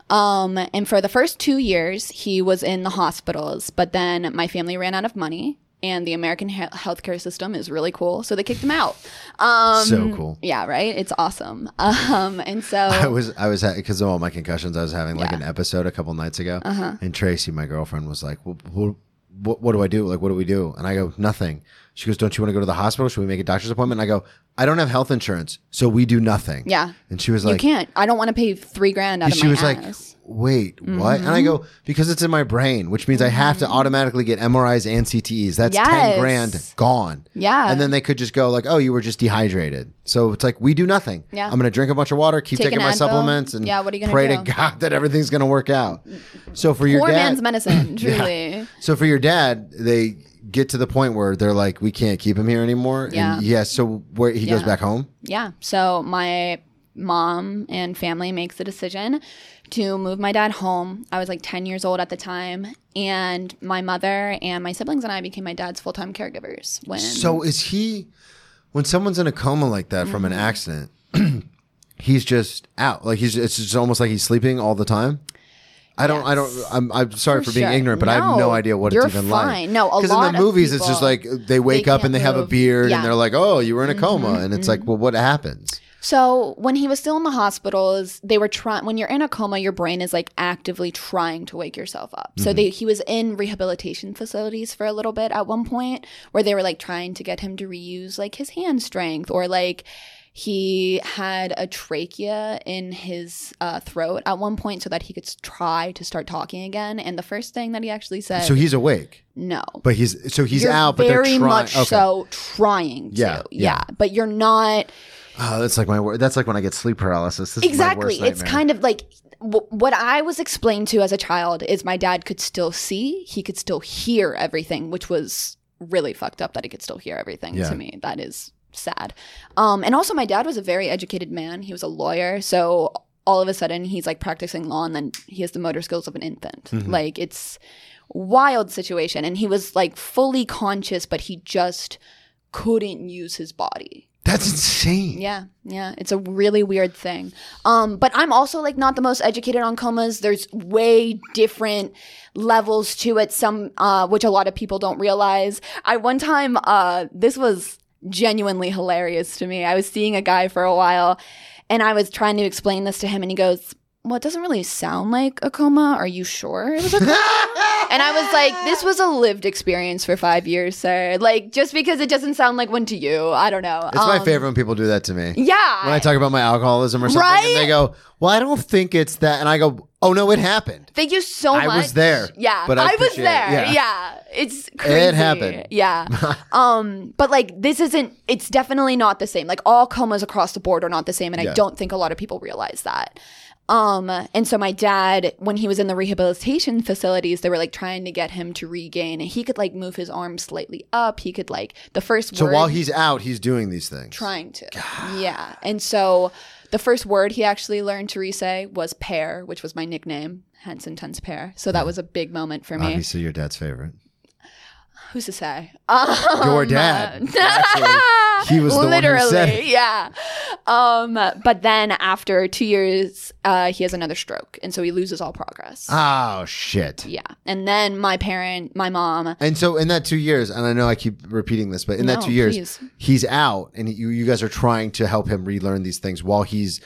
S4: Um, and for the first two years, he was in the hospitals, but then my family ran out of money, and the American he- healthcare system is really cool, so they kicked him out. Um,
S3: So cool.
S4: Yeah, right? It's awesome. Um, and
S3: I
S4: so,
S3: was I was because of all my concussions. I was having like an episode a couple nights ago,
S4: Uh-huh.
S3: and Tracy, my girlfriend, was like, well, well, what, "What do I do? Like, what do we do?" And I go, "Nothing." She goes, "Don't you want to go to the hospital? Should we make a doctor's appointment?" And I go, "I don't have health insurance, so we do nothing."
S4: Yeah.
S3: And she was
S4: you
S3: like,
S4: can't. I don't want to pay three grand out of
S3: she
S4: my
S3: was like,
S4: ass. Mm-hmm.
S3: "Wait, what?" And I go, "Because it's in my brain, which means I have to automatically get MRIs and CTEs. That's ten
S4: Yes.
S3: grand gone."
S4: Yeah.
S3: and then they could just go like, "Oh, you were just dehydrated." So it's like we do nothing.
S4: Yeah.
S3: I'm gonna drink a bunch of water, keep
S4: Take
S3: taking
S4: an
S3: my
S4: Advil.
S3: supplements, and
S4: Yeah, what are you gonna
S3: pray to
S4: do? Mm.
S3: God that everything's gonna work out. So for your
S4: Poor
S3: dad,
S4: man's medicine, truly.
S3: so for your dad, they get to the point where they're like, "We can't keep him here anymore."
S4: Yeah.
S3: and yeah. So where he goes
S4: Yeah.
S3: back home.
S4: yeah so my mom and family makes the decision to move my dad home i was like 10 years old at the time and my mother and my siblings and i became my dad's full-time caregivers when
S3: So is he when someone's in a coma like that from
S4: Mm-hmm.
S3: an accident? he's just out. Like he's it's just almost like he's sleeping all the time. I don't. I don't. I'm. I'm sorry for, being
S4: sure.
S3: ignorant, but I have no
S4: No,
S3: idea what
S4: you're
S3: it's even like.
S4: fine. No, a
S3: in
S4: lot
S3: the
S4: of
S3: movies, it's just
S4: people,
S3: like they wake up
S4: can't
S3: and they have a
S4: move.
S3: beard
S4: Yeah. Mm-hmm.
S3: and they're like, "Oh, you were in a coma," and it's like, "Well, what happens?"
S4: So when he was still in the hospitals, they were trying. When you're in a coma, your brain is like actively trying to wake yourself up. So they,
S3: Mm-hmm.
S4: he was in rehabilitation facilities for a little bit at one point, where they were like trying to get him to reuse like his hand strength or like he had a trachea in his uh, throat at one point so that he could s- try to start talking again. And the first thing that he actually said,
S3: So he's awake,
S4: no,
S3: but he's so he's
S4: You're
S3: out, but
S4: very
S3: they're trying.
S4: much
S3: okay.
S4: so trying to,
S3: Yeah, yeah.
S4: yeah, but you're not.
S3: Oh, that's like my. wor- That's like when I get sleep paralysis. This
S4: Exactly.
S3: Is my worst
S4: It's
S3: nightmare.
S4: kind of like w- what I was explained to as a child is my dad could still see, he could still hear everything, which was really fucked up that he could still hear everything
S3: Yeah.
S4: to me. That is sad. Um, and also, my dad was a very educated man. He was a lawyer. So all of a sudden, he's like practicing law and then he has the motor skills of an infant.
S3: Mm-hmm.
S4: Like, it's wild situation. And he was like fully conscious, but he just couldn't use his body.
S3: That's insane.
S4: Yeah, yeah, it's a really weird thing. Um, but I'm also like not the most educated on comas. There's way different levels to it. Some, uh, which a lot of people don't realize. I one time, uh, this was genuinely hilarious to me. I was seeing a guy for a while, and I was trying to explain this to him, and he goes, "Well, it doesn't really sound like a coma. Are you sure it was a coma?" And I was like, this was a lived experience for five years, sir. Like, just because it doesn't sound like one to you, I don't know. Um,
S3: It's my favorite when people do that to me.
S4: Yeah.
S3: when I talk about my alcoholism or something, and
S4: Right?
S3: they go, "Well, I don't think it's that," and I go, "Oh no, it happened.
S4: Thank you so
S3: I
S4: much.
S3: was there,
S4: Yeah.
S3: but I
S4: I, was
S3: appreciate it.
S4: there.
S3: Yeah.
S4: Yeah. It's crazy.
S3: happened.
S4: Yeah. um, but like this isn't it's definitely not the same. Like all comas across the board are not the same, and
S3: Yeah.
S4: I don't think a lot of people realize that. Um, and so my dad, when he was in the rehabilitation facilities, they were like trying to get him to regain. He could like move his arm slightly up. He could like the first
S3: So
S4: word
S3: while he's out, he's doing these things.
S4: trying to. Yeah. And so the first word he actually learned to re-say was pear, which was my nickname, hence intense pear. So that was a big moment for me.
S3: Obviously, your dad's favorite.
S4: Who's to say? Um,
S3: Your dad. Actually, he was the one who
S4: literally,
S3: said it.
S4: yeah. Um, but then after two years, uh, he has another stroke, and so he loses all progress.
S3: Oh shit.
S4: yeah, and then my parent, my mom,
S3: And so in that two years, and I know I keep repeating this, but in that
S4: No,
S3: two years,
S4: please.
S3: he's out, and you you guys are trying to help him relearn these things while he's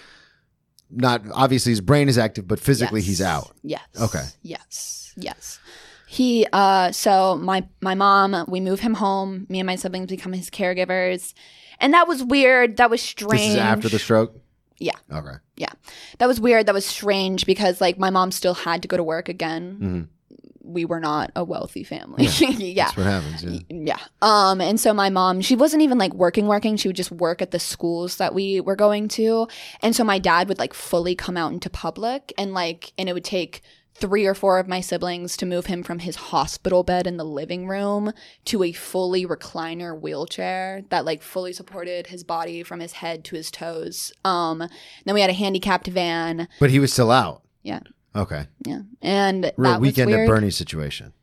S3: not obviously his brain is active, but physically he's
S4: Yes.
S3: out.
S4: Yes.
S3: Okay.
S4: Yes. Yes. He uh so my my mom, we move him home, me and my siblings become his caregivers. And that was weird. That was strange.
S3: This is after the stroke.
S4: Yeah.
S3: Okay.
S4: Yeah. That was weird. That was strange because like my mom still had to go to work again.
S3: Mm-hmm.
S4: We were not a wealthy family. Yeah.
S3: That's what happens. Yeah.
S4: Yeah. Um, and so my mom, she wasn't even like working, working. She would just work at the schools that we were going to. And so my dad would like fully come out into public and like, and it would take three or four of my siblings to move him from his hospital bed in the living room to a fully recliner wheelchair that like fully supported his body from his head to his toes. Um, then we had a handicapped van.
S3: But he was still out.
S4: Yeah.
S3: Okay.
S4: Yeah. And
S3: Real
S4: that
S3: weekend
S4: was
S3: at
S4: weird.
S3: Bernie situation.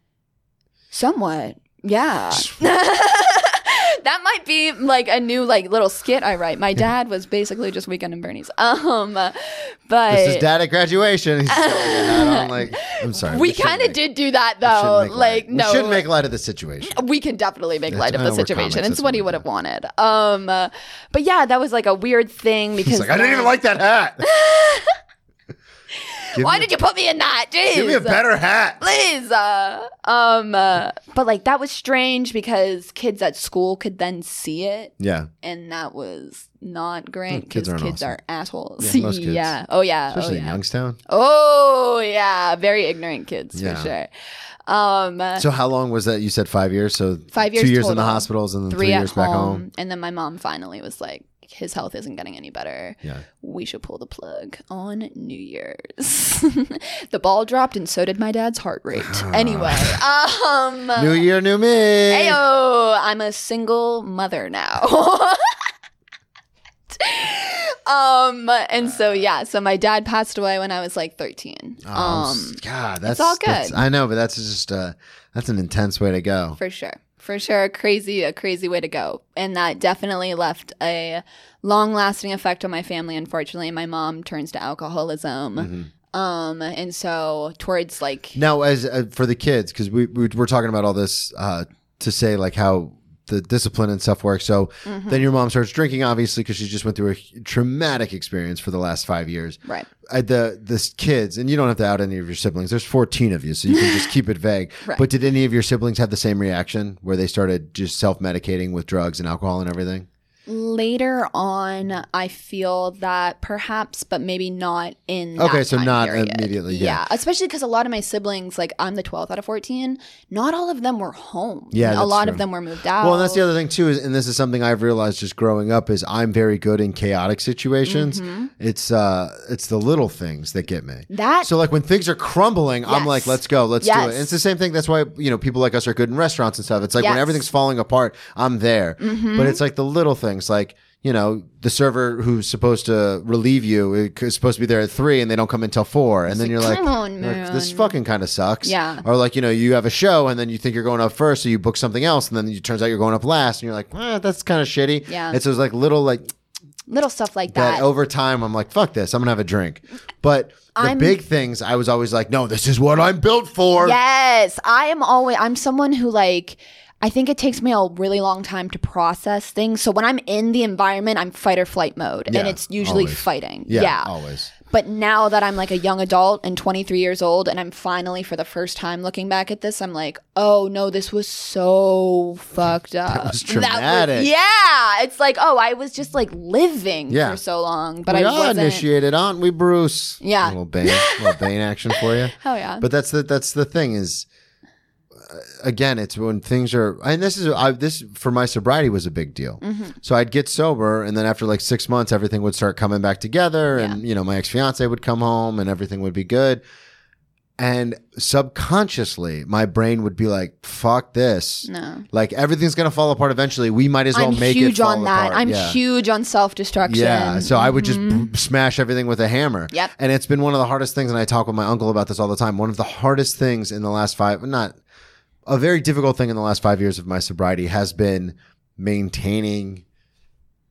S4: Somewhat. Yeah. that might be like a new like little skit I write. My dad was basically just Weekend in Bernie's. Um but
S3: This is dad at graduation. He's still like, "I don't like-" I'm sorry.
S4: we
S3: shouldn't
S4: kind of
S3: make-
S4: did do that
S3: we shouldn't
S4: though.
S3: make
S4: Like
S3: light- we
S4: no.
S3: shouldn't make light of the situation.
S4: we can definitely make light of
S3: I
S4: the
S3: know we're
S4: situation.
S3: comics,
S4: It's
S3: that's
S4: what he
S3: what we
S4: would have wanted. Um, uh, but yeah, that was like a weird thing because
S3: He's like, I didn't even like that hat. Give
S4: Why uh,
S3: me-
S4: did you put me in that? Jeez.
S3: Give me a better hat.
S4: Please. Uh, um, uh, but like that was strange because kids at school could then see it.
S3: Yeah.
S4: and that was not great
S3: Mm, kids
S4: because
S3: aren't
S4: kids,
S3: awesome.
S4: are assholes.
S3: Yeah, most kids.
S4: Yeah. Oh yeah.
S3: Especially
S4: oh,
S3: in
S4: yeah.
S3: Youngstown.
S4: Oh yeah. Very ignorant kids
S3: Yeah.
S4: for sure. Um,
S3: So how long was that? You said five years. So
S4: Five
S3: Two
S4: years
S3: years in the
S4: total.
S3: hospitals and then three,
S4: three, at
S3: years back home.
S4: home, and then my mom finally was like, "His health isn't getting any better.
S3: Yeah.
S4: We should pull the plug on New Year's." the ball dropped, and so did my dad's heart rate. anyway, um,
S3: New year, new me.
S4: oh, Ayo, I'm a single mother now. um, and so yeah, so my dad passed away when I was like 13.
S3: Oh,
S4: um,
S3: God, that's
S4: all good.
S3: that's- I know, but that's just uh, that's an intense way to go.
S4: for sure, for sure, a crazy, a crazy way to go, and that definitely left a long-lasting effect on my family. Unfortunately, my mom turns to alcoholism.
S3: Mm-hmm.
S4: Um, and so towards like
S3: Now, as uh, for the kids, because we, we we're talking about all this uh, to say like how the discipline and stuff works. So
S4: Mm-hmm.
S3: then your mom starts drinking, obviously, because she just went through a hu- traumatic experience for the last five years.
S4: right,
S3: Uh, the the kids, and you don't have to out any of your siblings. There's 14 of you, so you can just keep it vague.
S4: Right.
S3: But did any of your siblings have the same reaction where they started just self medicating with drugs and alcohol and everything?
S4: later on i feel that perhaps but maybe not in
S3: Okay,
S4: that
S3: so
S4: time
S3: not
S4: period.
S3: immediately, yeah.
S4: especially because a lot of my siblings like i'm the 12th out of 14 not all of them were home
S3: Yeah,
S4: a
S3: that's
S4: lot
S3: true.
S4: of them were moved out
S3: Well, and that's the other thing too, is, and this is something I've realized just growing up is I'm very good in chaotic situations. It's uh, it's the little things that get me.
S4: Mm-hmm. That-
S3: so like when things are crumbling, I'm
S4: Yes.
S3: like, let's go, let's do
S4: Yes.
S3: it. And it's the same thing. That's why you know people like us are good in restaurants and stuff. It's like when
S4: Yes. Mm-hmm.
S3: everything's falling apart, I'm there. But it's like the little things, like you know the server who's supposed to relieve you is supposed to be there at three, and they don't come until four, and then you're like,
S4: "Come on,
S3: this
S4: man."
S3: fucking kind of sucks.
S4: Yeah.
S3: Or like, you know, you have a show and then you think you're going up first, so you book something else, and then it turns out you're going up last, and you're like, eh, that's kind of shitty.
S4: Yeah.
S3: And so it's like little like
S4: little stuff like
S3: that
S4: that,
S3: over time, I'm like, fuck this, I'm gonna have a drink. But the
S4: I'm-
S3: big things, I was always like, no, this is what I'm built for.
S4: yes i am always i'm someone who like I think it takes me a really long time to process things. So when I'm in the environment, I'm fight or flight mode,
S3: Yeah,
S4: and it's usually
S3: always.
S4: fighting.
S3: Yeah,
S4: yeah.
S3: always.
S4: But now that I'm like a young adult and 23 years old, and I'm finally for the first time looking back at this, I'm like, oh no, this was so fucked up. That
S3: was traumatic.
S4: yeah. It's like, oh, I was just like living
S3: Yeah.
S4: for so long, but
S3: we
S4: I
S3: all
S4: wasn't.
S3: initiated, aren't we, Bruce? A
S4: Yeah.
S3: little Bane, a little Bane action for you.
S4: Hell yeah.
S3: But that's the that's the thing is, uh, again, it's when things are, and this is I, this for my sobriety was a big deal.
S4: Mm-hmm.
S3: So I'd get sober, and then after like six months, everything would start coming back together, and you know my ex fiance would come home, and everything would be good. And subconsciously, my brain would be like, "Fuck this!
S4: No.
S3: Like everything's gonna fall apart eventually. We might as well
S4: I'm
S3: make
S4: huge
S3: it fall
S4: on that.
S3: apart."
S4: I'm
S3: Yeah.
S4: huge on Mm-hmm. self destruction.
S3: Yeah, so I would just b- smash everything with a hammer.
S4: Yep.
S3: And it's been one of the hardest things, and I talk with my uncle about this all the time. One of the hardest things in the last five, not a very difficult thing in the last five years of my sobriety has been maintaining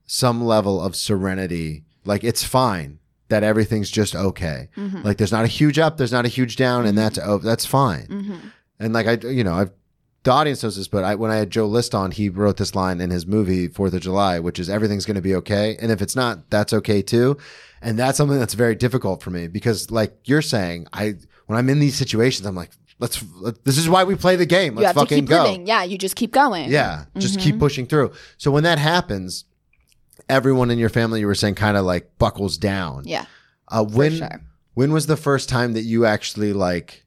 S3: some level of serenity. Like it's fine that everything's just okay.
S4: Mm-hmm.
S3: Like there's not a huge up, there's not a huge down, and that's oh, that's fine.
S4: Mm-hmm.
S3: And like I, you know, I've the audience knows this, but I, when I had Joe List on, he wrote this line in his movie Fourth of July, which is everything's going to be okay, and if it's not, that's okay too. And that's something that's very difficult for me because, like you're saying, I when I'm in these situations, I'm like, let's. Let, this is why we play the game. Let's
S4: you have to
S3: fucking
S4: keep
S3: go.
S4: Mm-hmm. living. Yeah. You just keep going.
S3: Yeah, just keep pushing through. So when that happens, everyone in your family, you were saying, kind of like buckles down.
S4: Yeah.
S3: Uh, when
S4: sure.
S3: when was the first time that you actually like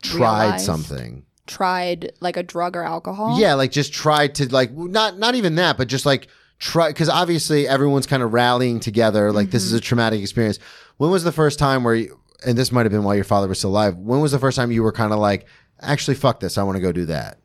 S3: tried
S4: Realized.
S3: something?
S4: Tried like a drug or alcohol.
S3: Yeah, like just try to like not not even that, but just like try because
S4: Mm-hmm.
S3: obviously everyone's kind of rallying together. Like this is a traumatic experience. When was the first time where you, and this might have been while your father was still alive. When was the first time you were kind of like, actually, fuck this, I want to go do that?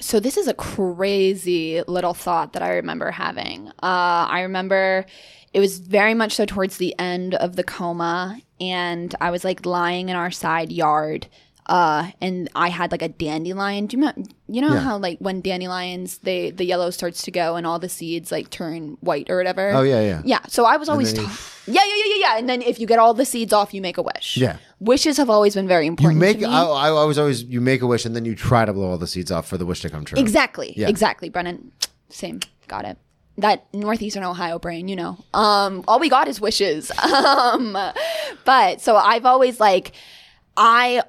S4: so this is a crazy little thought that I remember having. Uh, I remember it was very much so towards the end of the coma, and I was like lying in our side yard, uh, and I had like a dandelion. Do you know? You know
S3: Yeah.
S4: how like when dandelions, they the yellow starts to go, and all the seeds like turn white or whatever.
S3: Oh, yeah, yeah.
S4: Yeah. So I was always.
S3: then
S4: ta- yeah, yeah, yeah, yeah, yeah. And then if you get all the seeds off, you make a wish.
S3: Yeah.
S4: Wishes have always been very
S3: You
S4: important.
S3: make.
S4: to
S3: I,
S4: me.
S3: I, I was always you make a wish and then you try to blow all the seeds off for the wish to come true.
S4: Exactly.
S3: Yeah.
S4: Exactly, Brennan. Same. Got it. That northeastern Ohio brain, you know. Um, all we got is wishes. Um, but so I've always like, I,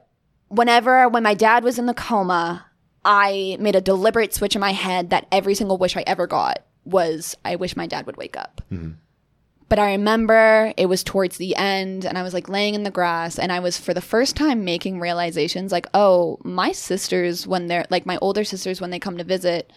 S4: whenever when my dad was in the coma, I made a deliberate switch in my head that every single wish I ever got was I wish my dad would wake up. But I remember it was towards the end, and I was like laying in the grass, and I was for the first time making realizations like, oh, my sisters, when they're like my older sisters, when they come to visit,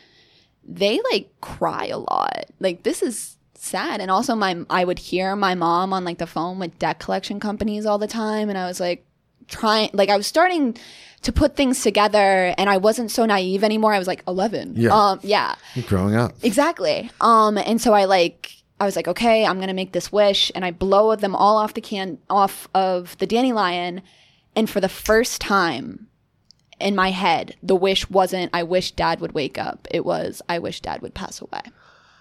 S4: they like cry a lot. Like, this is sad. And also, my I would hear my mom on like the phone with debt collection companies all the time, and I was like, trying, like, I was starting to put things together, and I wasn't so naive anymore. I was like 11.
S3: Yeah.
S4: Um, yeah.
S3: You're growing up.
S4: Exactly. Um, and so I like I was like, okay, I'm gonna make this wish, and I blow them all off the can off of the dandelion, and for the first time in my head, the wish wasn't I wish Dad would wake up. It was I wish Dad would pass away,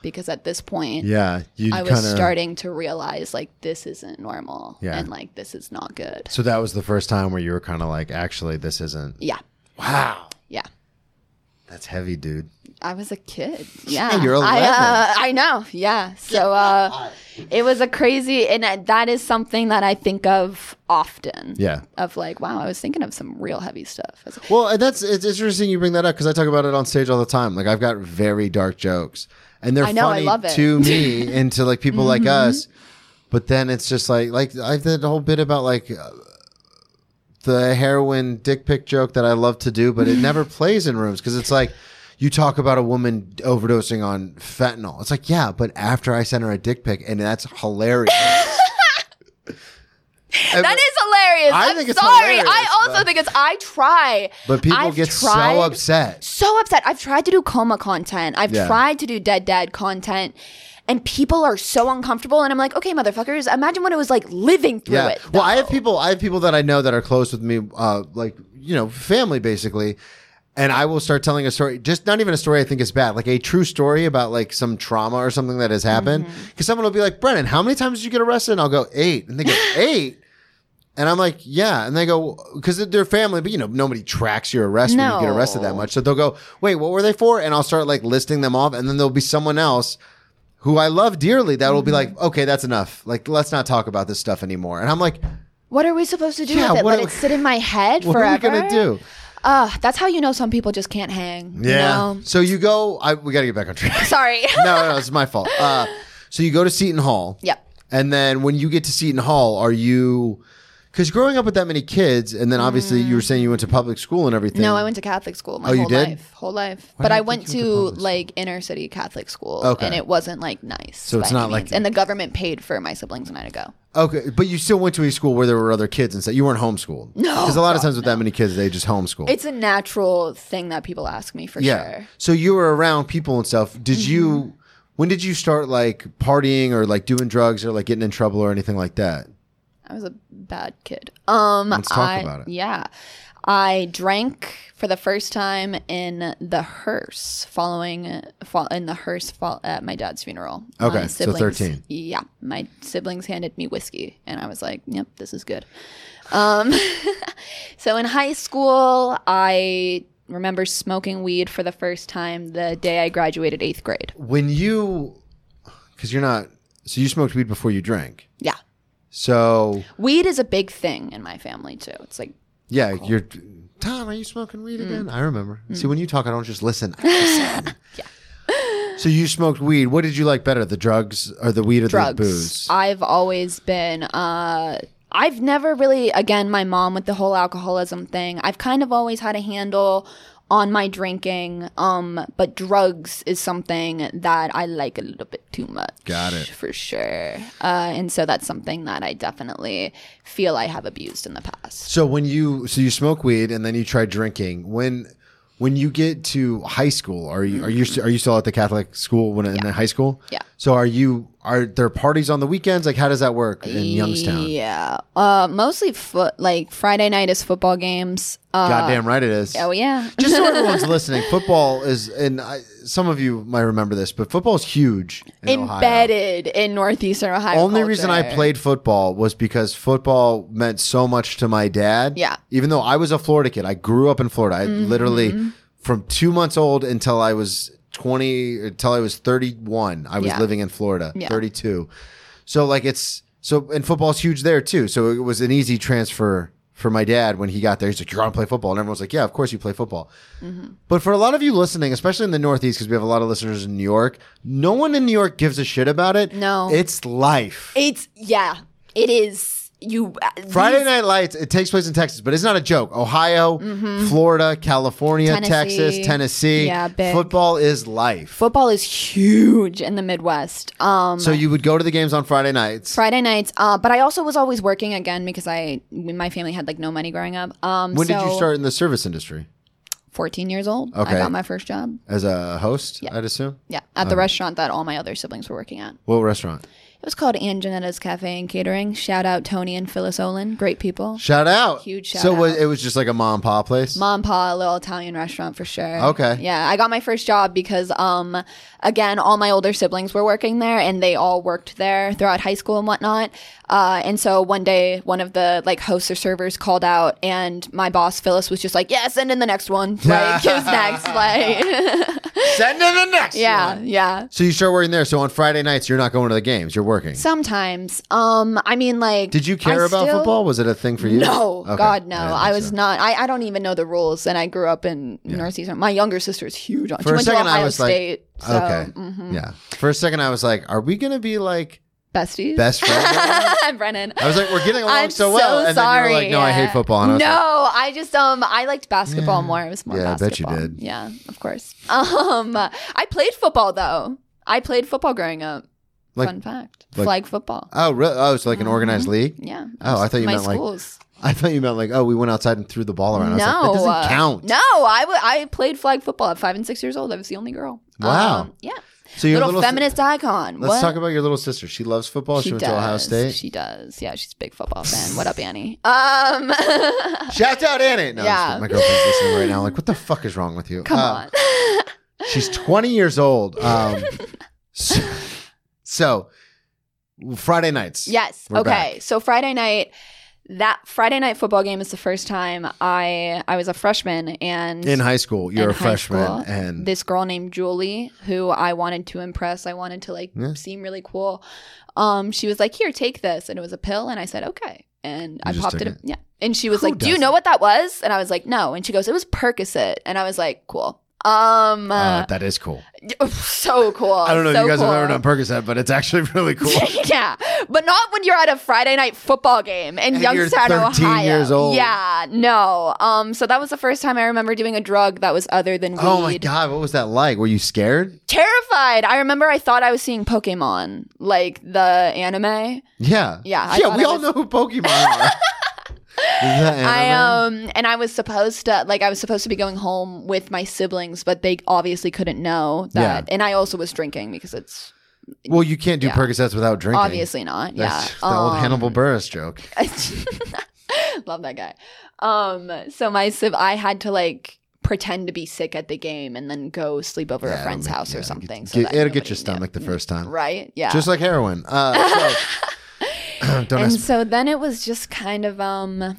S4: because at this point.
S3: Yeah, you
S4: I
S3: kind
S4: was
S3: of.
S4: starting to realize like this isn't normal
S3: Yeah.
S4: and like this is not good.
S3: So that was the first time where you were kind of like, actually, this isn't.
S4: Yeah.
S3: Wow,
S4: Yeah.
S3: that's heavy, dude.
S4: I was a kid. Yeah,
S3: you're
S4: I,
S3: 11.
S4: uh, I know. Yeah, so uh, it was a crazy, and uh, that is something that I think of often.
S3: Yeah.
S4: of like, wow, I was thinking of some real heavy stuff. I was like,
S3: Well, and that's it's interesting you bring that up because I talk about it on stage all the time. Like I've got very dark jokes, and they're
S4: I know, I
S3: funny
S4: love it. Mm-hmm.
S3: to me and to like people like us. But then it's just like like I did the whole bit about like uh, the heroin dick pic joke that I love to do, but it never plays in rooms because it's like. You talk about a woman overdosing on fentanyl. It's like, yeah, but after I sent her a dick pic, and that's hilarious. And-
S4: that is
S3: I
S4: hilarious. I am
S3: think it's
S4: sorry.
S3: hilarious,
S4: I also
S3: but-
S4: think it's. I try,
S3: but people
S4: I've
S3: get so
S4: tried-
S3: upset.
S4: so upset. I've tried to do coma content. I've
S3: Yeah.
S4: tried to do dead dad content. And people are so uncomfortable, and I'm like, okay, motherfuckers, imagine what it was like living through it.
S3: Well, I have
S4: though.
S3: people. I have people that I know that are close with me, uh, like you know, family basically. And I will start telling a story, just not even a story I think is bad, like a true story about like some trauma or something that has happened. Because
S4: Mm-hmm.
S3: someone will be like, Brennan, how many times did you get arrested? And I'll go, eight. And they go, eight? And I'm like, yeah. And they go, because they're family, but you know, nobody tracks your arrest when you get arrested that
S4: No.
S3: much. So they'll go, wait, what were they for? And I'll start like listing them off. And then there'll be someone else who I love dearly that will be
S4: Mm-hmm.
S3: like, okay, that's enough. Like, let's not talk about this stuff anymore. And I'm like,
S4: What are we supposed to do
S3: Yeah,
S4: with it?
S3: what
S4: Let
S3: are
S4: it
S3: we-
S4: sit in my head
S3: what
S4: forever?
S3: are we gonna do?
S4: Uh, that's how you know some people just can't hang. you know?
S3: So you go. I, we got to get back on track.
S4: Sorry.
S3: no, no, no, it's my fault. Uh, so you go to Seton Hall.
S4: Yep.
S3: And then when you get to Seton Hall, are you? Because growing up with that many kids, and then obviously you were saying you went to public school and everything.
S4: Mm. No, I went to Catholic school my
S3: Oh, you
S4: whole
S3: did?
S4: life. Whole life.
S3: Why
S4: but
S3: did I
S4: I
S3: think
S4: went
S3: you
S4: to
S3: went to public
S4: like inner city Catholic school
S3: Okay.
S4: and it wasn't like nice. So
S3: it's not like that.
S4: and the government paid for my siblings and I to go.
S3: Okay, but you still went to a school where there were other kids and stuff. You weren't homeschooled.
S4: No,
S3: Because a lot of times with that many kids, they just homeschool.
S4: It's a natural thing that people ask me for
S3: yeah.
S4: sure. Mm-hmm.
S3: So you were around people and stuff. Did you? When did you start like partying or like doing drugs or like getting in trouble or anything like that?
S4: I was a bad kid. Um,
S3: Let's talk
S4: I-
S3: about it.
S4: Yeah, I drank for the first time in the hearse following fo- in the hearse fo- at my dad's funeral.
S3: Okay,
S4: My
S3: so 13.
S4: Yeah, my siblings handed me whiskey, and I was like, "Yep, this is good." Um, so in high school, I remember smoking weed for the first time the day I graduated eighth grade.
S3: when you because you're not so you smoked weed before you drank
S4: Yeah,
S3: so
S4: weed is a big thing in my family too. It's like
S3: yeah you're tom are you smoking
S4: Mm.
S3: weed again i remember see when you talk i don't just listen I listen. so you smoked weed what did you like better the drugs or the weed or
S4: drugs.
S3: the booze
S4: I've always been. Uh, I've never really, again, my mom with the whole alcoholism thing. I've kind of always had a handle on my drinking. Um, but drugs is something that I like a little bit too much.
S3: Got it.
S4: for sure. Uh, and so that's something that I definitely feel I have abused in the past.
S3: So when you so you smoke weed and then you try drinking when when you get to high school are you are you st- are you still at the Catholic school when in high school?
S4: Yeah.
S3: So are you are there parties on the weekends? Like how does that work in Youngstown?
S4: Yeah. Uh, mostly foot like Friday night is football games. Uh,
S3: Goddamn right it is.
S4: oh yeah.
S3: Just so everyone's listening, football is and I, some of you might remember this, but football is huge in Ohio.
S4: embedded in northeastern Ohio.
S3: Only reason I
S4: culture.
S3: played football was because football meant so much to my dad.
S4: Yeah. Mm-hmm.
S3: Even though I was a Florida kid, I grew up in Florida. I literally, from two months old until I was 20, until I was 31, I was
S4: Yeah.
S3: living in Florida,
S4: Yeah.
S3: 32. So, like, it's so, and football's huge there too. So, it was an easy transfer for my dad when he got there. He's like, You're going to play football. And everyone's like, Yeah, of course you play football.
S4: Mm-hmm.
S3: But for a lot of you listening, especially in the Northeast, because we have a lot of listeners in New York, no one in New York gives a shit about it.
S4: No.
S3: It's life.
S4: It's yeah. It is you. uh,
S3: Friday
S4: these-
S3: Night Lights, it takes place in Texas, but it's not a joke. Ohio, Florida, California,
S4: Mm-hmm. Tennessee.
S3: Texas, Tennessee.
S4: Yeah, big.
S3: Football is life.
S4: Football is huge in the Midwest. Um,
S3: so you would go to the games on Friday nights.
S4: Friday nights. Uh, but I also was always working again because I my family had like no money growing up. Um,
S3: when did
S4: so
S3: you start in the service industry?
S4: Fourteen years old.
S3: Okay.
S4: I got my first job.
S3: As a host, I'd assume?
S4: Yeah, at
S3: Um,
S4: the restaurant that all my other siblings were working at.
S3: What restaurant?
S4: It was called Aunt Janetta's Cafe and Catering. Shout out Tony and Phyllis Olin. Great people.
S3: Shout out.
S4: Huge shout
S3: so wa-
S4: out.
S3: it was just like a mom and pop place?
S4: Mom Pa, a little Italian restaurant for sure.
S3: Okay.
S4: Yeah, I got my first job because, um, again, all my older siblings were working there, and they all worked there throughout high school and whatnot. Uh, and so one day, one of the like hosts or servers called out, and my boss Phyllis was just like, "Yeah, send in the next one. Like, who's next? Like,
S3: Send in the next
S4: yeah,
S3: one.
S4: yeah."
S3: So you start working there. So on Friday nights, you're not going to the games. You're working.
S4: Sometimes, um, I mean, like,
S3: did you care
S4: I
S3: about
S4: still-
S3: football? Was it a thing for you?
S4: No,
S3: Okay.
S4: God, no.
S3: didn't
S4: I,
S3: think
S4: was
S3: so.
S4: not. I, I don't even know the rules, and I grew up in northeastern. My younger sister's huge. On, she
S3: For a
S4: went to
S3: second,
S4: Ohio
S3: I was
S4: State.
S3: like,
S4: so,
S3: okay,
S4: mhm.
S3: yeah. For a second, I was like, are we gonna be like
S4: besties.
S3: best friends? I
S4: Brennan.
S3: was like, we're getting along
S4: I'm
S3: so well, and
S4: sorry.
S3: then you were like, no, I
S4: yeah.
S3: hate football. And I was
S4: no,
S3: like,
S4: I just um, I liked basketball more. It was more.
S3: Yeah, I bet you
S4: basketball.
S3: did.
S4: Yeah, of course. Um, I played football though. I played football growing up.
S3: Like-
S4: Fun fact:
S3: like-
S4: flag football.
S3: oh, really? Oh, it's like an organized
S4: Mm-hmm.
S3: league.
S4: Yeah.
S3: Oh, I thought you
S4: my
S3: meant, like,
S4: schools.
S3: I thought you meant like, oh, we went outside and threw the ball around. I was
S4: no,
S3: like, that
S4: uh,
S3: doesn't count.
S4: No, I wa- I played flag football at five and six years old. I was the only girl. Um,
S3: Wow.
S4: yeah.
S3: So your
S4: little,
S3: little,
S4: feminist icon.
S3: Let's
S4: what?
S3: talk about your little sister. She loves football. She, went to Ohio State.
S4: She does. Yeah, she's a big football fan. What up, Annie? Um,
S3: Shout out Annie. No, I'm just
S4: Yeah.
S3: kidding. my girlfriend's listening right now. Like, what the fuck is wrong with you?
S4: come
S3: Uh,
S4: on.
S3: She's 20 years old. Um, so, so, Friday nights.
S4: Yes.
S3: We're
S4: okay.
S3: back.
S4: So Friday night, that Friday night football game is the first time I I was a freshman and
S3: In high school, you're
S4: in
S3: a
S4: high
S3: freshman,
S4: school,
S3: and
S4: this girl named Julie, who I wanted to impress, I wanted to like
S3: Yeah.
S4: seem really cool. Um, she was like, "Here, take this," and it was a pill, and I said, "Okay," and I
S3: just
S4: popped
S3: took
S4: it.
S3: it?
S4: Yeah, and she was
S3: Who
S4: like, "Do you
S3: does
S4: know
S3: that?
S4: what that was?" And I was like, "No," and she goes, "It was Percocet," and I was like, "Cool." Um,
S3: uh,
S4: uh,
S3: that is cool.
S4: so cool.
S3: I don't know
S4: so
S3: if you guys
S4: cool.
S3: have ever done Percocet, but it's actually really cool.
S4: yeah, but not when you're at a Friday night football game in
S3: And you're
S4: Youngstown,
S3: 13
S4: Ohio.
S3: years old.
S4: Yeah, no. Um, so that was the first time I remember doing a drug that was other than weed.
S3: oh my god, what was that like? Were you scared?
S4: Terrified. I remember I thought I was seeing Pokemon, like the anime.
S3: Yeah.
S4: Yeah, I
S3: Yeah,
S4: thought
S3: we
S4: I
S3: all
S4: was-
S3: know who Pokemon are. Is that
S4: I
S3: anime?
S4: um and I was supposed to like I was supposed to be going home with my siblings, but they obviously couldn't know that. And I also was drinking because it's
S3: well, you can't do
S4: yeah.
S3: Percocets without drinking.
S4: obviously not.
S3: That's
S4: yeah.
S3: the old
S4: Um,
S3: Hannibal Burris joke.
S4: Love that guy. Um, so my sib, I had to like pretend to be sick at the game and then go sleep over
S3: Yeah,
S4: a friend's
S3: it'll make-
S4: house
S3: yeah,
S4: or
S3: get-
S4: something.
S3: get-
S4: so that
S3: it'll get
S4: nobody
S3: your
S4: knew.
S3: stomach the first time,
S4: right? Yeah.
S3: just like heroin. Uh, so, don't
S4: and
S3: ask.
S4: so then it was just kind of um.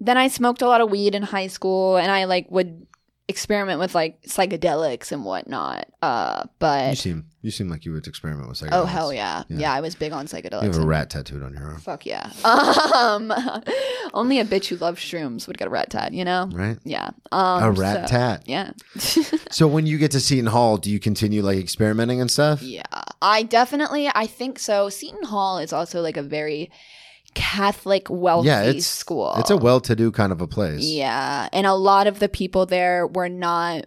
S4: Then I smoked a lot of weed in high school, and I like would experiment with like psychedelics and whatnot. Uh,
S3: You
S4: but
S3: seem you seem like you would experiment with psychedelics.
S4: oh hell yeah.
S3: Yeah.
S4: yeah, I was big on psychedelics.
S3: You have a
S4: and-
S3: rat tattooed on your arm,
S4: Fuck yeah. Um, only a bitch who loves shrooms would get a rat tat, you know?
S3: right?
S4: Yeah. Um,
S3: A rat
S4: so-
S3: tat.
S4: Yeah.
S3: So when you get to Seton Hall, do you continue like experimenting and stuff?
S4: yeah. I definitely, I think so. Seton Hall is also like a very Catholic wealthy
S3: yeah, it's
S4: school.
S3: It's a well-to-do kind of a place.
S4: yeah, and a lot of the people there were not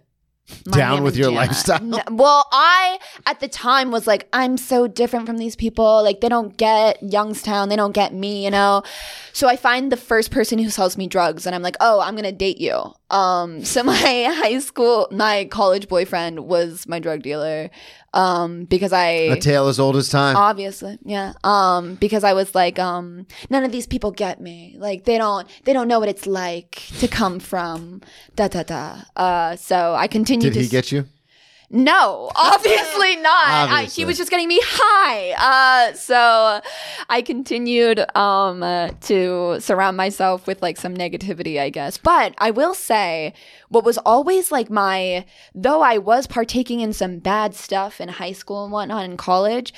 S4: my
S3: Down
S4: name
S3: with
S4: is
S3: your
S4: Jana.
S3: lifestyle?
S4: No- well, I at the time was like, I'm so different from these people. Like they don't get Youngstown, they don't get me, you know. So I find the first person who sells me drugs, and I'm like, oh, I'm gonna date you. Um, so my high school, my college boyfriend was my drug dealer, um, because
S3: A
S4: I.
S3: tale as old as time.
S4: Obviously, yeah. Um, because I was like, um, none of these people get me. Like they don't, they don't know what it's like to come from da da da. Uh, so I continued.
S3: Did
S4: to
S3: he
S4: s-
S3: get you?
S4: no, obviously not. I,
S3: Obviously.
S4: he was just getting me high. Uh, so I continued um, uh, to surround myself with like some negativity, I guess. But I will say, what was always like my, though I was partaking in some bad stuff in high school and whatnot in college.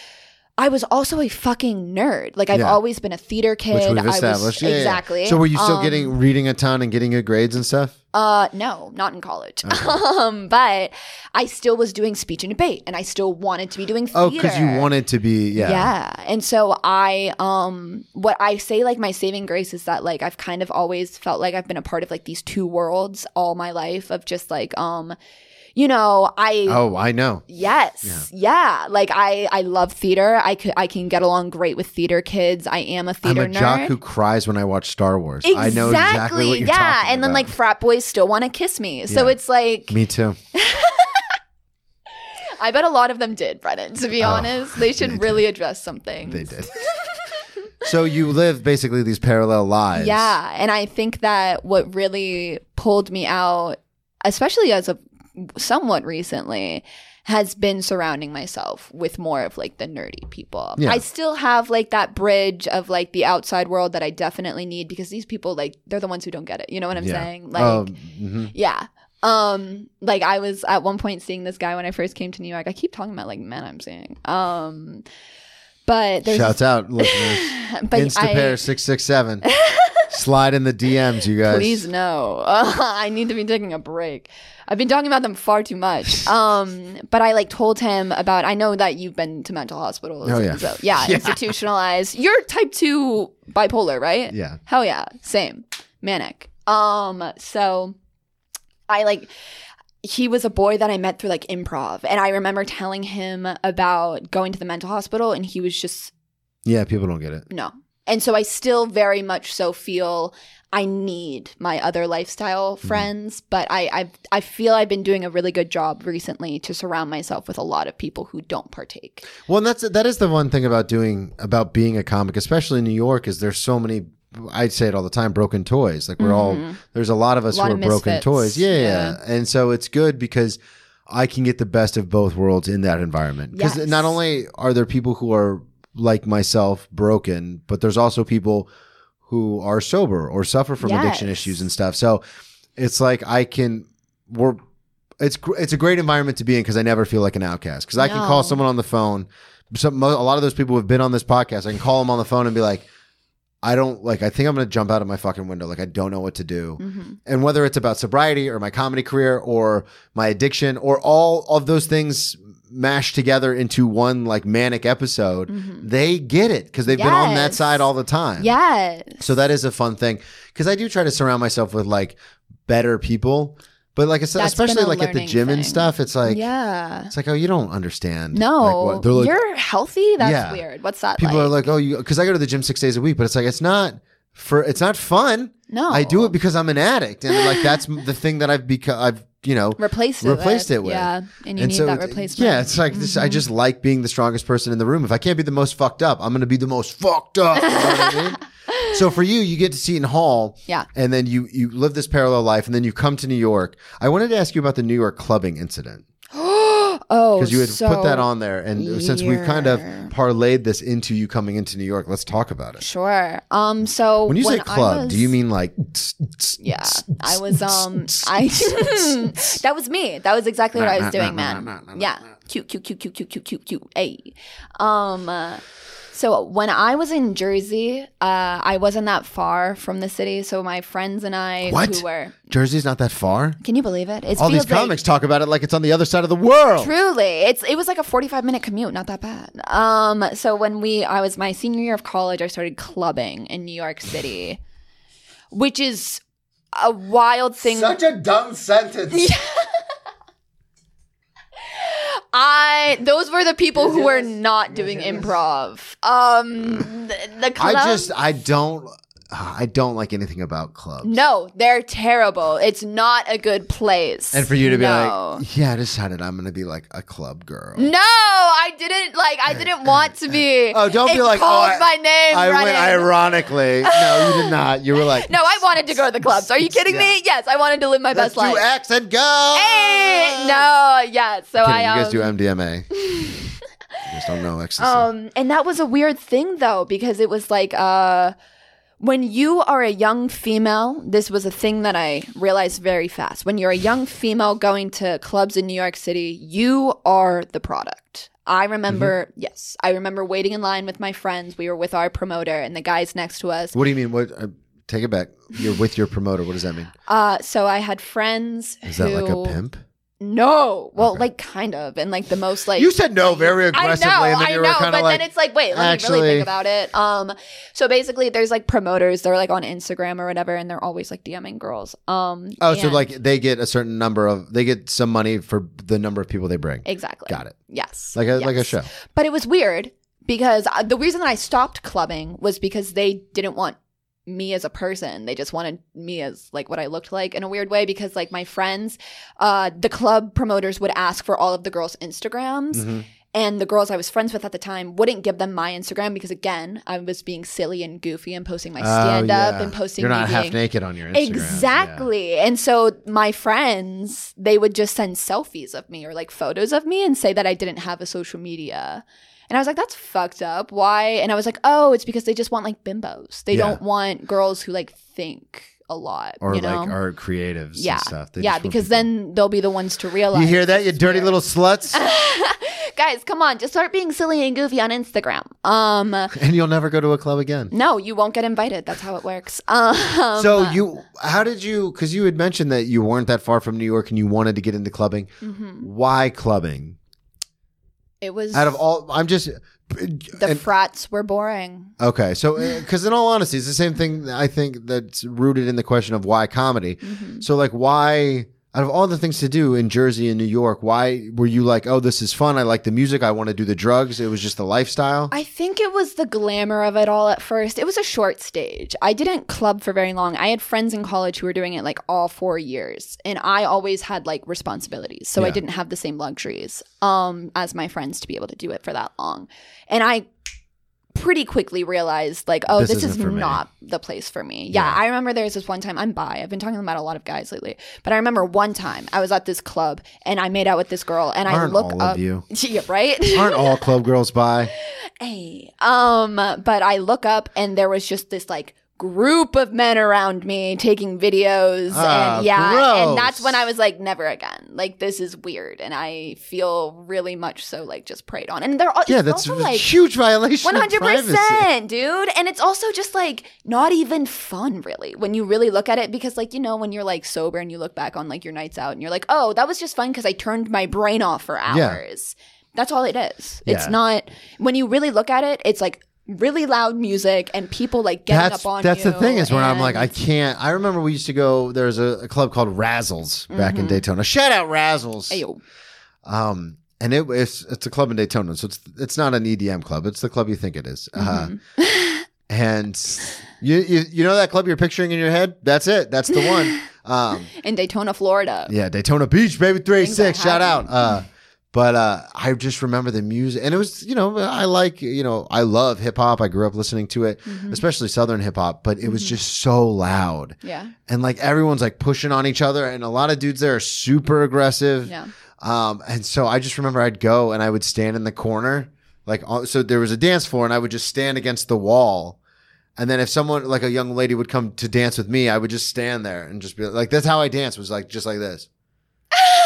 S4: I was also a fucking nerd. Like I've
S3: Yeah.
S4: always been a theater kid.
S3: Which we've
S4: I was
S3: established. Yeah, yeah, yeah.
S4: exactly.
S3: So were you still
S4: Um,
S3: getting reading a ton and getting good grades and stuff?
S4: uh, no, not in college. um, but I still was doing speech and debate, and I still wanted to be doing theater.
S3: Oh, because you wanted to be. Yeah.
S4: Yeah. And so I um what I say like my saving grace is that like I've kind of always felt like I've been a part of like these two worlds all my life of just like um you know, I
S3: Oh, I know.
S4: Yes. Yeah. Like I I love theater. I could I can get along great with theater kids. I am a
S3: I'm
S4: theater
S3: a
S4: nerd.
S3: jock who cries when I watch Star Wars.
S4: exactly.
S3: I know exactly what you're
S4: yeah.
S3: talking
S4: and then
S3: about.
S4: like frat boys still want to kiss me. So
S3: Yeah.
S4: it's like
S3: me too.
S4: I bet a lot of them did, Brennan. To be
S3: Oh,
S4: honest, they should really address something.
S3: They did. so you live basically these parallel lives.
S4: Yeah, and I think that what really pulled me out, especially as of somewhat recently, has been surrounding myself with more of like the nerdy people.
S3: Yeah.
S4: I still have like that bridge of like the outside world that I definitely need because these people like they're the ones who don't get it. You know what I'm
S3: Yeah.
S4: saying? Like
S3: oh, mhm.
S4: yeah. Um, like I was at one point seeing this guy when I first came to New York. I keep talking about like men I'm seeing. Um, but there's
S3: Shouts out, listeners.
S4: but I-
S3: Instapair667. Slide in the DMs, you guys.
S4: Please no. I need to be taking a break. I've been talking about them far too much. Um, but I like told him about. I know that you've been to mental hospitals.
S3: Oh,
S4: and
S3: yeah.
S4: So, yeah,
S3: Yeah.
S4: institutionalized. You're type two bipolar, right?
S3: Yeah.
S4: Hell yeah. Same. Manic. Um. So, I like. He was a boy that I met through like improv, and I remember telling him about going to the mental hospital, and he was just
S3: Yeah, people don't get it.
S4: no. And so I still very much so feel I need my other lifestyle
S3: Mm-hmm.
S4: friends, but I I've, I feel I've been doing a really good job recently to surround myself with a lot of people who don't partake.
S3: Well, and that's that is the one thing about doing about being a comic, especially in New York, is there's so many. I say it all the time, broken toys. Like we're all there's a lot of us
S4: Mm-hmm. Lot
S3: who are
S4: of
S3: broken
S4: misfits.
S3: toys. Yeah, yeah,
S4: Yeah.
S3: and so it's good because I can get the best of both worlds in that environment. Because
S4: Yes.
S3: not only are there people who are like myself broken, but there's also people who are sober or suffer from addiction
S4: Yes.
S3: issues and stuff. So it's like I can we're it's gr- it's a great environment to be in because I never feel like an outcast because I can call
S4: No.
S3: someone on the phone. Some mo- a lot of those people who have been on this podcast, I can call them on the phone and be like, I don't like. I think I'm gonna jump out of my fucking window. Like I don't know what to do.
S4: Mm-hmm.
S3: And whether it's about sobriety or my comedy career or my addiction or all of those things mashed together into one like manic episode,
S4: Mm-hmm.
S3: they get it because they've been on that
S4: Yes.
S3: side all the time.
S4: Yes.
S3: So that is a fun thing because I do try to surround myself with like better people. But like, es-
S4: That's been
S3: especially
S4: a
S3: like at the
S4: learning
S3: gym and
S4: thing.
S3: stuff, it's like,
S4: yeah.
S3: it's like, oh, you don't understand. Like,
S4: No.
S3: what- they're like-
S4: you're healthy? That's
S3: Yeah.
S4: weird. What's that
S3: people
S4: like?
S3: are like, oh, you, because I go to the gym six days a week, but it's like, it's not for, it's not fun.
S4: No.
S3: I do it because I'm an addict. And like, that's the thing that I've become, I've, you know,
S4: replaced it.
S3: replaced
S4: with.
S3: it with.
S4: Yeah. And you need that
S3: it-
S4: replacement. Mm-hmm.
S3: Yeah, it's like this, I just like being the strongest person in the room. If I can't be the most fucked up, I'm going to be the most fucked up. You know what I mean? So for you, you get to Seton Hall,
S4: Yeah.
S3: and then you you live this parallel life, and then you come to New York. I wanted to ask you about the New York clubbing incident
S4: oh.
S3: because you had
S4: so
S3: put that on there, and since we've kind of
S4: weird.
S3: parlayed this into you coming into New York, let's talk about it.
S4: Sure. Um so
S3: When you say
S4: I
S3: club, do
S4: was-
S3: you mean like?
S4: Yeah, I was. Um, I that was me. That was exactly what I was doing, man. Yeah, cute, cute, cute, cute, cute, cute, cute, cute. Hey, um, uh, So when I was in Jersey, uh, I wasn't that far from the city. So my friends and I
S3: What?
S4: who were
S3: Jersey's not that far.
S4: can you believe it? It's
S3: All these comics talk about it like it's on the other side of the world.
S4: Truly, it's it was like a forty-five minute commute, not that bad. Um, so when we, I was my senior year of college, I started clubbing in New York City, which is a wild thing.
S3: Such a dumb sentence.
S4: I those were the people who were not doing improv. Um, the, the
S3: I
S4: club,
S3: just I don't I don't like anything about clubs.
S4: no, they're terrible. It's not a good place.
S3: And for you to be
S4: No.
S3: like, yeah, I decided I'm gonna be like a club girl.
S4: No, I didn't like. I didn't want to be.
S3: Oh, don't
S4: It
S3: be like, oh,
S4: called
S3: I-
S4: my name.
S3: I
S4: running.
S3: went ironically. No, you did not. You were like,
S4: No, I wanted to go to the clubs. Are you kidding me? Yes, I wanted to live my
S3: let's
S4: best life.
S3: do X and go.
S4: Hey, no, yes. So
S3: Kidding,
S4: I um,
S3: you guys do MDMA. you just don't know ecstasy.
S4: um, and that was a weird thing though because it was like uh, when you are a young female, this was a thing that I realized very fast. When you're a young female going to clubs in New York City, you are the product. I remember,
S3: Mm-hmm.
S4: yes, I remember waiting in line with my friends. We were with our promoter and the guys next to us.
S3: what do you mean? What? Uh, take it back. You're with your promoter. What does that mean?
S4: Uh, so I had friends
S3: Is
S4: who
S3: that like a pimp?
S4: No. Well, like kind of, and like the most like
S3: You said no very
S4: I
S3: aggressively,
S4: know,
S3: and then
S4: I
S3: you
S4: know,
S3: were kind
S4: but
S3: of like,
S4: then it's like, wait, let me
S3: actually-
S4: really think about it. Um, so basically, there's like promoters, they're like on Instagram or whatever, and they're always like DMing girls. Um,
S3: oh, so
S4: and-
S3: like they get a certain number of, they get some money for the number of people they bring.
S4: exactly,
S3: Got it.
S4: yes,
S3: Like a like a
S4: yes.
S3: show.
S4: But it was weird because uh the reason that I stopped clubbing was because they didn't want me as a person. They just wanted me as like what I looked like in a weird way because like my friends, uh, the club promoters would ask for all of the girls' Instagrams.
S3: Mhm.
S4: And the girls I was friends with at the time wouldn't give them my Instagram because, again, I was being silly and goofy and posting my
S3: Oh,
S4: stand up
S3: yeah.
S4: and posting
S3: You're
S4: me
S3: not half
S4: being-
S3: naked on your Instagram. yeah.
S4: Exactly. And so my friends, they would just send selfies of me or like photos of me and say that I didn't have a social media. And I was like, that's fucked up. Why? And I was like, oh, it's because they just want like bimbos. They
S3: Yeah.
S4: don't want girls who like think a lot.
S3: Or
S4: you
S3: like
S4: know?
S3: our creatives
S4: yeah.
S3: and stuff. They just
S4: yeah,
S3: want
S4: because
S3: people-
S4: then they'll be the ones to realize.
S3: You hear that, you dirty little sluts?
S4: Guys, come on, just start being silly and goofy on Instagram. Um
S3: and you'll never go to a club again.
S4: no, you won't get invited. That's how it works. Um
S3: so you how did you because you had mentioned that you weren't that far from new york and you wanted to get into clubbing why clubbing
S4: mm-hmm. it was
S3: out of all i'm just
S4: the
S3: and-
S4: frats were boring.
S3: okay so because in all honesty it's the same thing that i think that's rooted in the question of why comedy
S4: Mm-hmm.
S3: so like why out of all the things to do in jersey and new york why were you like oh this is fun i like the music i want to do the drugs it was just the lifestyle
S4: I think it was the glamour of it all at first. It was a short stage. I didn't club for very long. I had friends in college who were doing it like all four years, and I always had like responsibilities, so I
S3: Yeah.
S4: didn't have the same luxuries um, as my friends to be able to do it for that long. And I pretty quickly realized like, oh,
S3: This
S4: this,
S3: isn't
S4: is
S3: for me.
S4: not the place for me. Yeah,
S3: Yeah.
S4: I remember there was this one time. I'm bi. I've been talking about a lot of guys lately, but I remember one time I was at this club and I made out with this girl, and
S3: aren't
S4: I look
S3: all
S4: up.
S3: of you
S4: Yeah, right?
S3: aren't all club girls by
S4: hey um but i look up and there was just this like group of men around me taking videos
S3: Ah,
S4: and yeah
S3: gross.
S4: and that's when i was like never again like this is weird and i feel really much so like just preyed on and they're all
S3: yeah
S4: it's
S3: that's a
S4: also, like
S3: huge violation
S4: one hundred
S3: 100%
S4: percent, dude. And it's also just like not even fun, really, when you really look at it. Because like you know, when you're like sober and you look back on like your nights out, and you're like, oh, that was just fun because I turned my brain off for
S3: Yeah.
S4: hours. That's all it is.
S3: Yeah.
S4: It's not when you really look at it. It's like really loud music and people like getting
S3: that's
S4: up on
S3: that's
S4: you.
S3: the thing is when I'm like I
S4: and-
S3: can't. I remember we used to go. There was a, a club called Razzles back
S4: Mm-hmm.
S3: in Daytona. Shout out Razzles.
S4: Ayo.
S3: Um, and it it's it's a club in Daytona, so it's it's not an EDM club. It's the club you think it is. Uh,
S4: Mm-hmm.
S3: and you, you you know that club you're picturing in your head? That's it. That's the one. Um,
S4: in Daytona, Florida.
S3: yeah, Daytona Beach, baby, three
S4: Things that
S3: six. Shout out.
S4: happen.
S3: Uh, but uh, I just remember the music, and it was you know I like you know I love hip hop. I grew up listening to it,
S4: Mm-hmm.
S3: especially Southern hip hop. But it was just so loud,
S4: Yeah.
S3: and like everyone's like pushing on each other, and a lot of dudes there are super aggressive.
S4: Yeah.
S3: Um, and so I just remember I'd go and I would stand in the corner, like uh, so there was a dance floor, and I would just stand against the wall. And then if someone like a young lady would come to dance with me, I would just stand there and just be like, "That's how I dance." Was like just like this.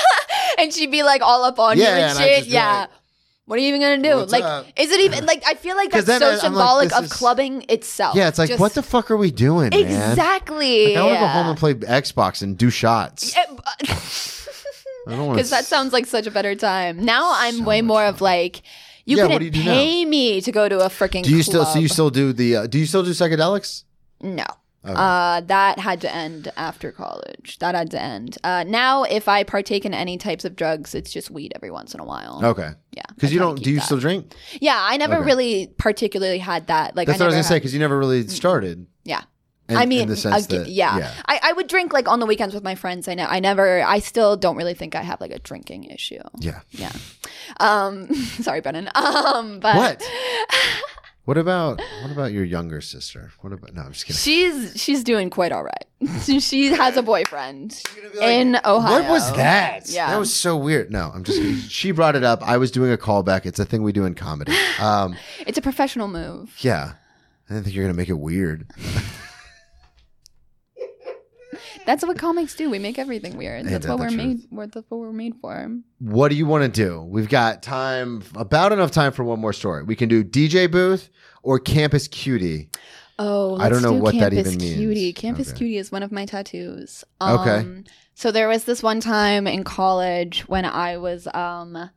S4: And she'd be like all up on
S3: Yeah,
S4: you
S3: and
S4: and,
S3: I'd
S4: shit.
S3: just be
S4: Yeah.
S3: like-
S4: What are you even gonna do?
S3: What's
S4: like,
S3: up?
S4: is it even like? I feel like
S3: 'Cause
S4: that's
S3: then
S4: so
S3: I- I'm like,
S4: symbolic
S3: this
S4: of
S3: is-
S4: clubbing itself.
S3: Yeah, it's like,
S4: Just-
S3: what the fuck are we doing, man?
S4: Exactly.
S3: Like, I want to go
S4: Yeah.
S3: home and play Xbox and do shots. I don't wanna
S4: Because that
S3: s-
S4: sounds like such a better time. Now I'm way more of like, you
S3: Yeah, what do you
S4: couldn't
S3: do now?
S4: pay me to go to a freaking.
S3: Do you still? So you
S4: club.
S3: still do the? Uh, do you still do psychedelics?
S4: No.
S3: Okay.
S4: Uh, that had to end after college. That had to end. Uh, now, if I partake in any types of drugs, it's just weed every once in a while.
S3: Okay.
S4: Yeah. I
S3: Oh. Because you
S4: try to
S3: don't.
S4: keep
S3: Do you
S4: that.
S3: still drink?
S4: Yeah, I never
S3: Okay.
S4: really particularly had that. Like
S3: That's what
S4: I
S3: I was
S4: never
S3: gonna say.
S4: had-
S3: Because you never really started.
S4: Yeah.
S3: In,
S4: I mean,
S3: in the sense
S4: aga-
S3: that,
S4: yeah, I, I would drink like on the weekends with my friends. I know I never, I still don't really think I have like a drinking issue.
S3: yeah.
S4: Yeah. Um, sorry, Brennan. Um, but
S3: What? what about what about your younger sister? What about? No, I'm just kidding.
S4: she's she's doing quite all right. she she has a boyfriend in Ohio.
S3: What was that?
S4: Yeah.
S3: That was so weird. No, I'm just kidding. She brought it up. I was doing a callback. It's a thing we do in comedy. Um,
S4: It's a professional move.
S3: yeah. I didn't think you're gonna make it weird.
S4: That's what comics do. We make everything weird. That's
S3: that
S4: what
S3: the
S4: we're made.
S3: truth?
S4: We're, that's what we're made for.
S3: What do you want to do? We've got time, about enough time for one more story. We can do DJ booth or campus cutie.
S4: Oh,
S3: I don't
S4: let's
S3: know
S4: do
S3: what that
S4: Campus
S3: even means.
S4: Cutie. Campus
S3: Okay.
S4: Cutie is one of my tattoos. Um,
S3: Okay.
S4: So there was this one time in college when I was um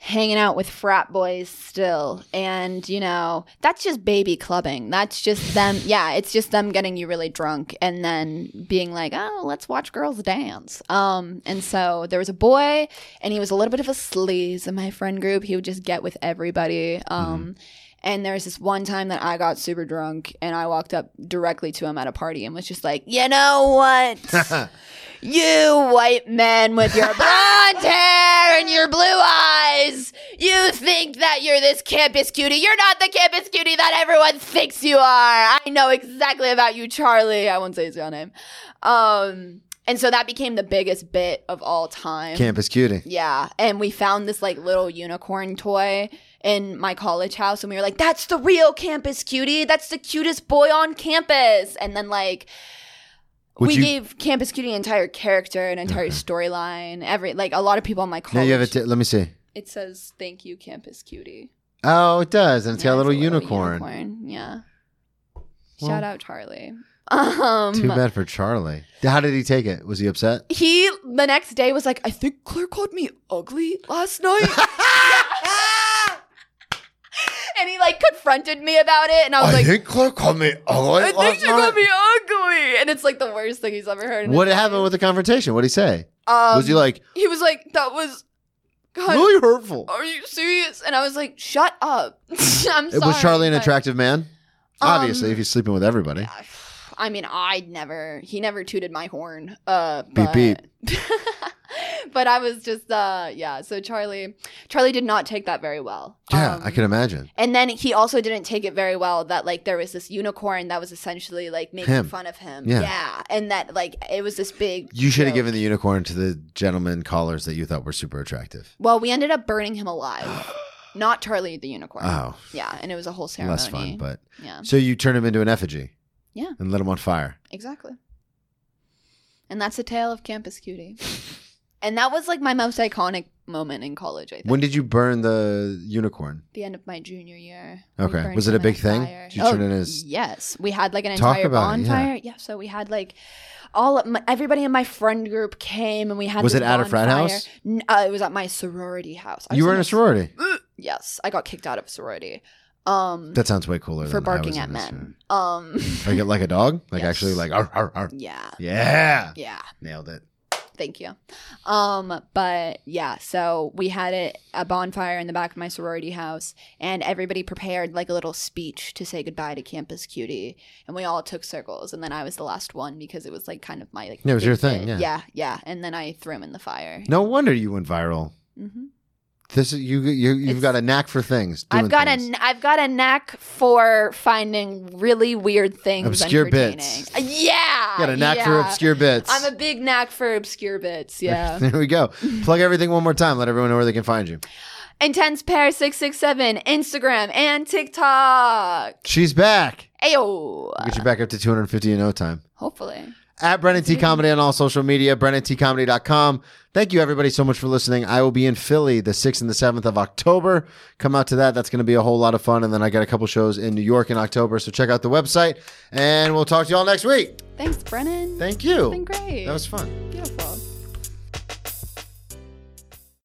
S4: hanging out with frat boys still and you know that's just baby clubbing that's just them yeah it's just them getting you really drunk and then being like oh let's watch girls dance um and so there was a boy and he was a little bit of a sleaze in my friend group he would just get with everybody um
S3: Mm-hmm.
S4: and there was this one time that I got super drunk and I walked up directly to him at a party and was just like, you know what? you white men with your blonde hair and your blue eyes, you think that you're this campus cutie. You're not the campus cutie that everyone thinks you are. I know exactly about you, Charlie. I won't say his real name. Um, and so that became the biggest bit of all time.
S3: Campus cutie.
S4: Yeah, and we found this like little unicorn toy in my college house, and we were like, "That's the real campus cutie. That's the cutest boy on campus." And then like
S3: Would
S4: we
S3: you?
S4: gave campus cutie an entire character, an entire storyline. Every like a lot of people in my
S3: now
S4: college.
S3: you have a t- let me see.
S4: it says, "Thank you, campus cutie."
S3: Oh, it does, and it's
S4: Yeah,
S3: got a little,
S4: unicorn. Yeah.
S3: Well-
S4: Shout out Charlie. Um,
S3: Too bad for Charlie. How did he take it? Was he upset?
S4: he the next day was like, I think Claire called me ugly last night. and he like confronted me about it, and I was like,
S3: think Clark called me ugly
S4: I think she called me ugly, and it's like the worst thing he's ever heard. in his
S3: What
S4: life.
S3: happened with the confrontation? What did he say?
S4: Um,
S3: was he like
S4: He was like, that was. God,
S3: really hurtful?
S4: are you serious? And I was like, shut up. I'm sorry.
S3: It was Charlie an
S4: but-
S3: attractive man? Obviously,
S4: Um,
S3: if he's sleeping with everybody.
S4: I mean, I'd never. He never tooted my horn. Uh,
S3: Beep,
S4: but, but I was just, uh, yeah. So Charlie, Charlie did not take that very well.
S3: Yeah,
S4: Um,
S3: I can imagine.
S4: And then he also didn't take it very well that like there was this unicorn that was essentially like making
S3: Him.
S4: fun of him.
S3: Yeah.
S4: and that like it was this big.
S3: You should have
S4: joke.
S3: given the unicorn to the gentlemen callers that you thought were super attractive.
S4: Well, we ended up burning him alive. Not Charlie the unicorn.
S3: Oh,
S4: Yeah, and it was a whole ceremony.
S3: less fun, but
S4: yeah,
S3: so you turn him into an effigy.
S4: Yeah.
S3: And lit him on fire.
S4: exactly. And that's the tale of Campus Cutie. and that was like my most iconic moment in college. I think
S3: When did you burn the unicorn?
S4: the end of my junior year. we
S3: Okay.
S4: burned
S3: Was it a
S4: him in
S3: big thing?
S4: fire. Oh,
S3: Did you turn it as
S4: Yes, we had like an
S3: Talk
S4: entire
S3: about it, yeah.
S4: bonfire. yeah. so we had like all of my, everybody in my friend group came, and we had.
S3: Was
S4: this
S3: it at a frat
S4: bonfire.
S3: house?
S4: N- uh, it was at my sorority house. I
S3: you
S4: was Mm.
S3: were in a
S4: my-
S3: sorority?
S4: Yes, I got kicked out of sorority. Um,
S3: That sounds way cooler
S4: for
S3: than I was
S4: barking
S3: in
S4: at
S3: a
S4: men. Um,
S3: sorority. Like like a dog? Like
S4: Yes.
S3: actually like "Arr, arr, arr."
S4: yeah,
S3: Yeah.
S4: yeah.
S3: Nailed it.
S4: Thank you. Um, but yeah, so we had it a bonfire in the back of my sorority house, and everybody prepared like a little speech to say goodbye to Campus Cutie, and we all took circles, and then I was the last one because it was like kind of my like
S3: Yeah, it was your
S4: big
S3: thing,
S4: bit.
S3: yeah.
S4: yeah, yeah, and then I threw him in the fire.
S3: No wonder you went viral.
S4: hmm
S3: This is you. you you've
S4: It's-
S3: got a knack for things. doing
S4: I've got
S3: things.
S4: a I've got a knack for finding really weird things,
S3: Obscure
S4: and
S3: bits.
S4: pertaining. Yeah,
S3: You got a knack for
S4: yeah.
S3: obscure bits.
S4: I'm a big knack for obscure bits. Yeah.
S3: there we go. Plug everything one more time. Let everyone know where they can find you.
S4: Intense Pair 667, Instagram and TikTok.
S3: She's back.
S4: Ayo.
S3: We'll get you back up to 250 in no time.
S4: Hopefully.
S3: at Brennan T Comedy on all social media, BrennanTComedy.com. Thank you, everybody, so much for listening. I will be in Philly the 6th and the 7th of October. Come out to that. That's going to be a whole lot of fun. And then I got a couple shows in New York in October. So check out the website. And we'll talk to you all next week.
S4: Thanks, Brennan.
S3: Thank you.
S4: It's been great.
S3: That was fun.
S4: Beautiful.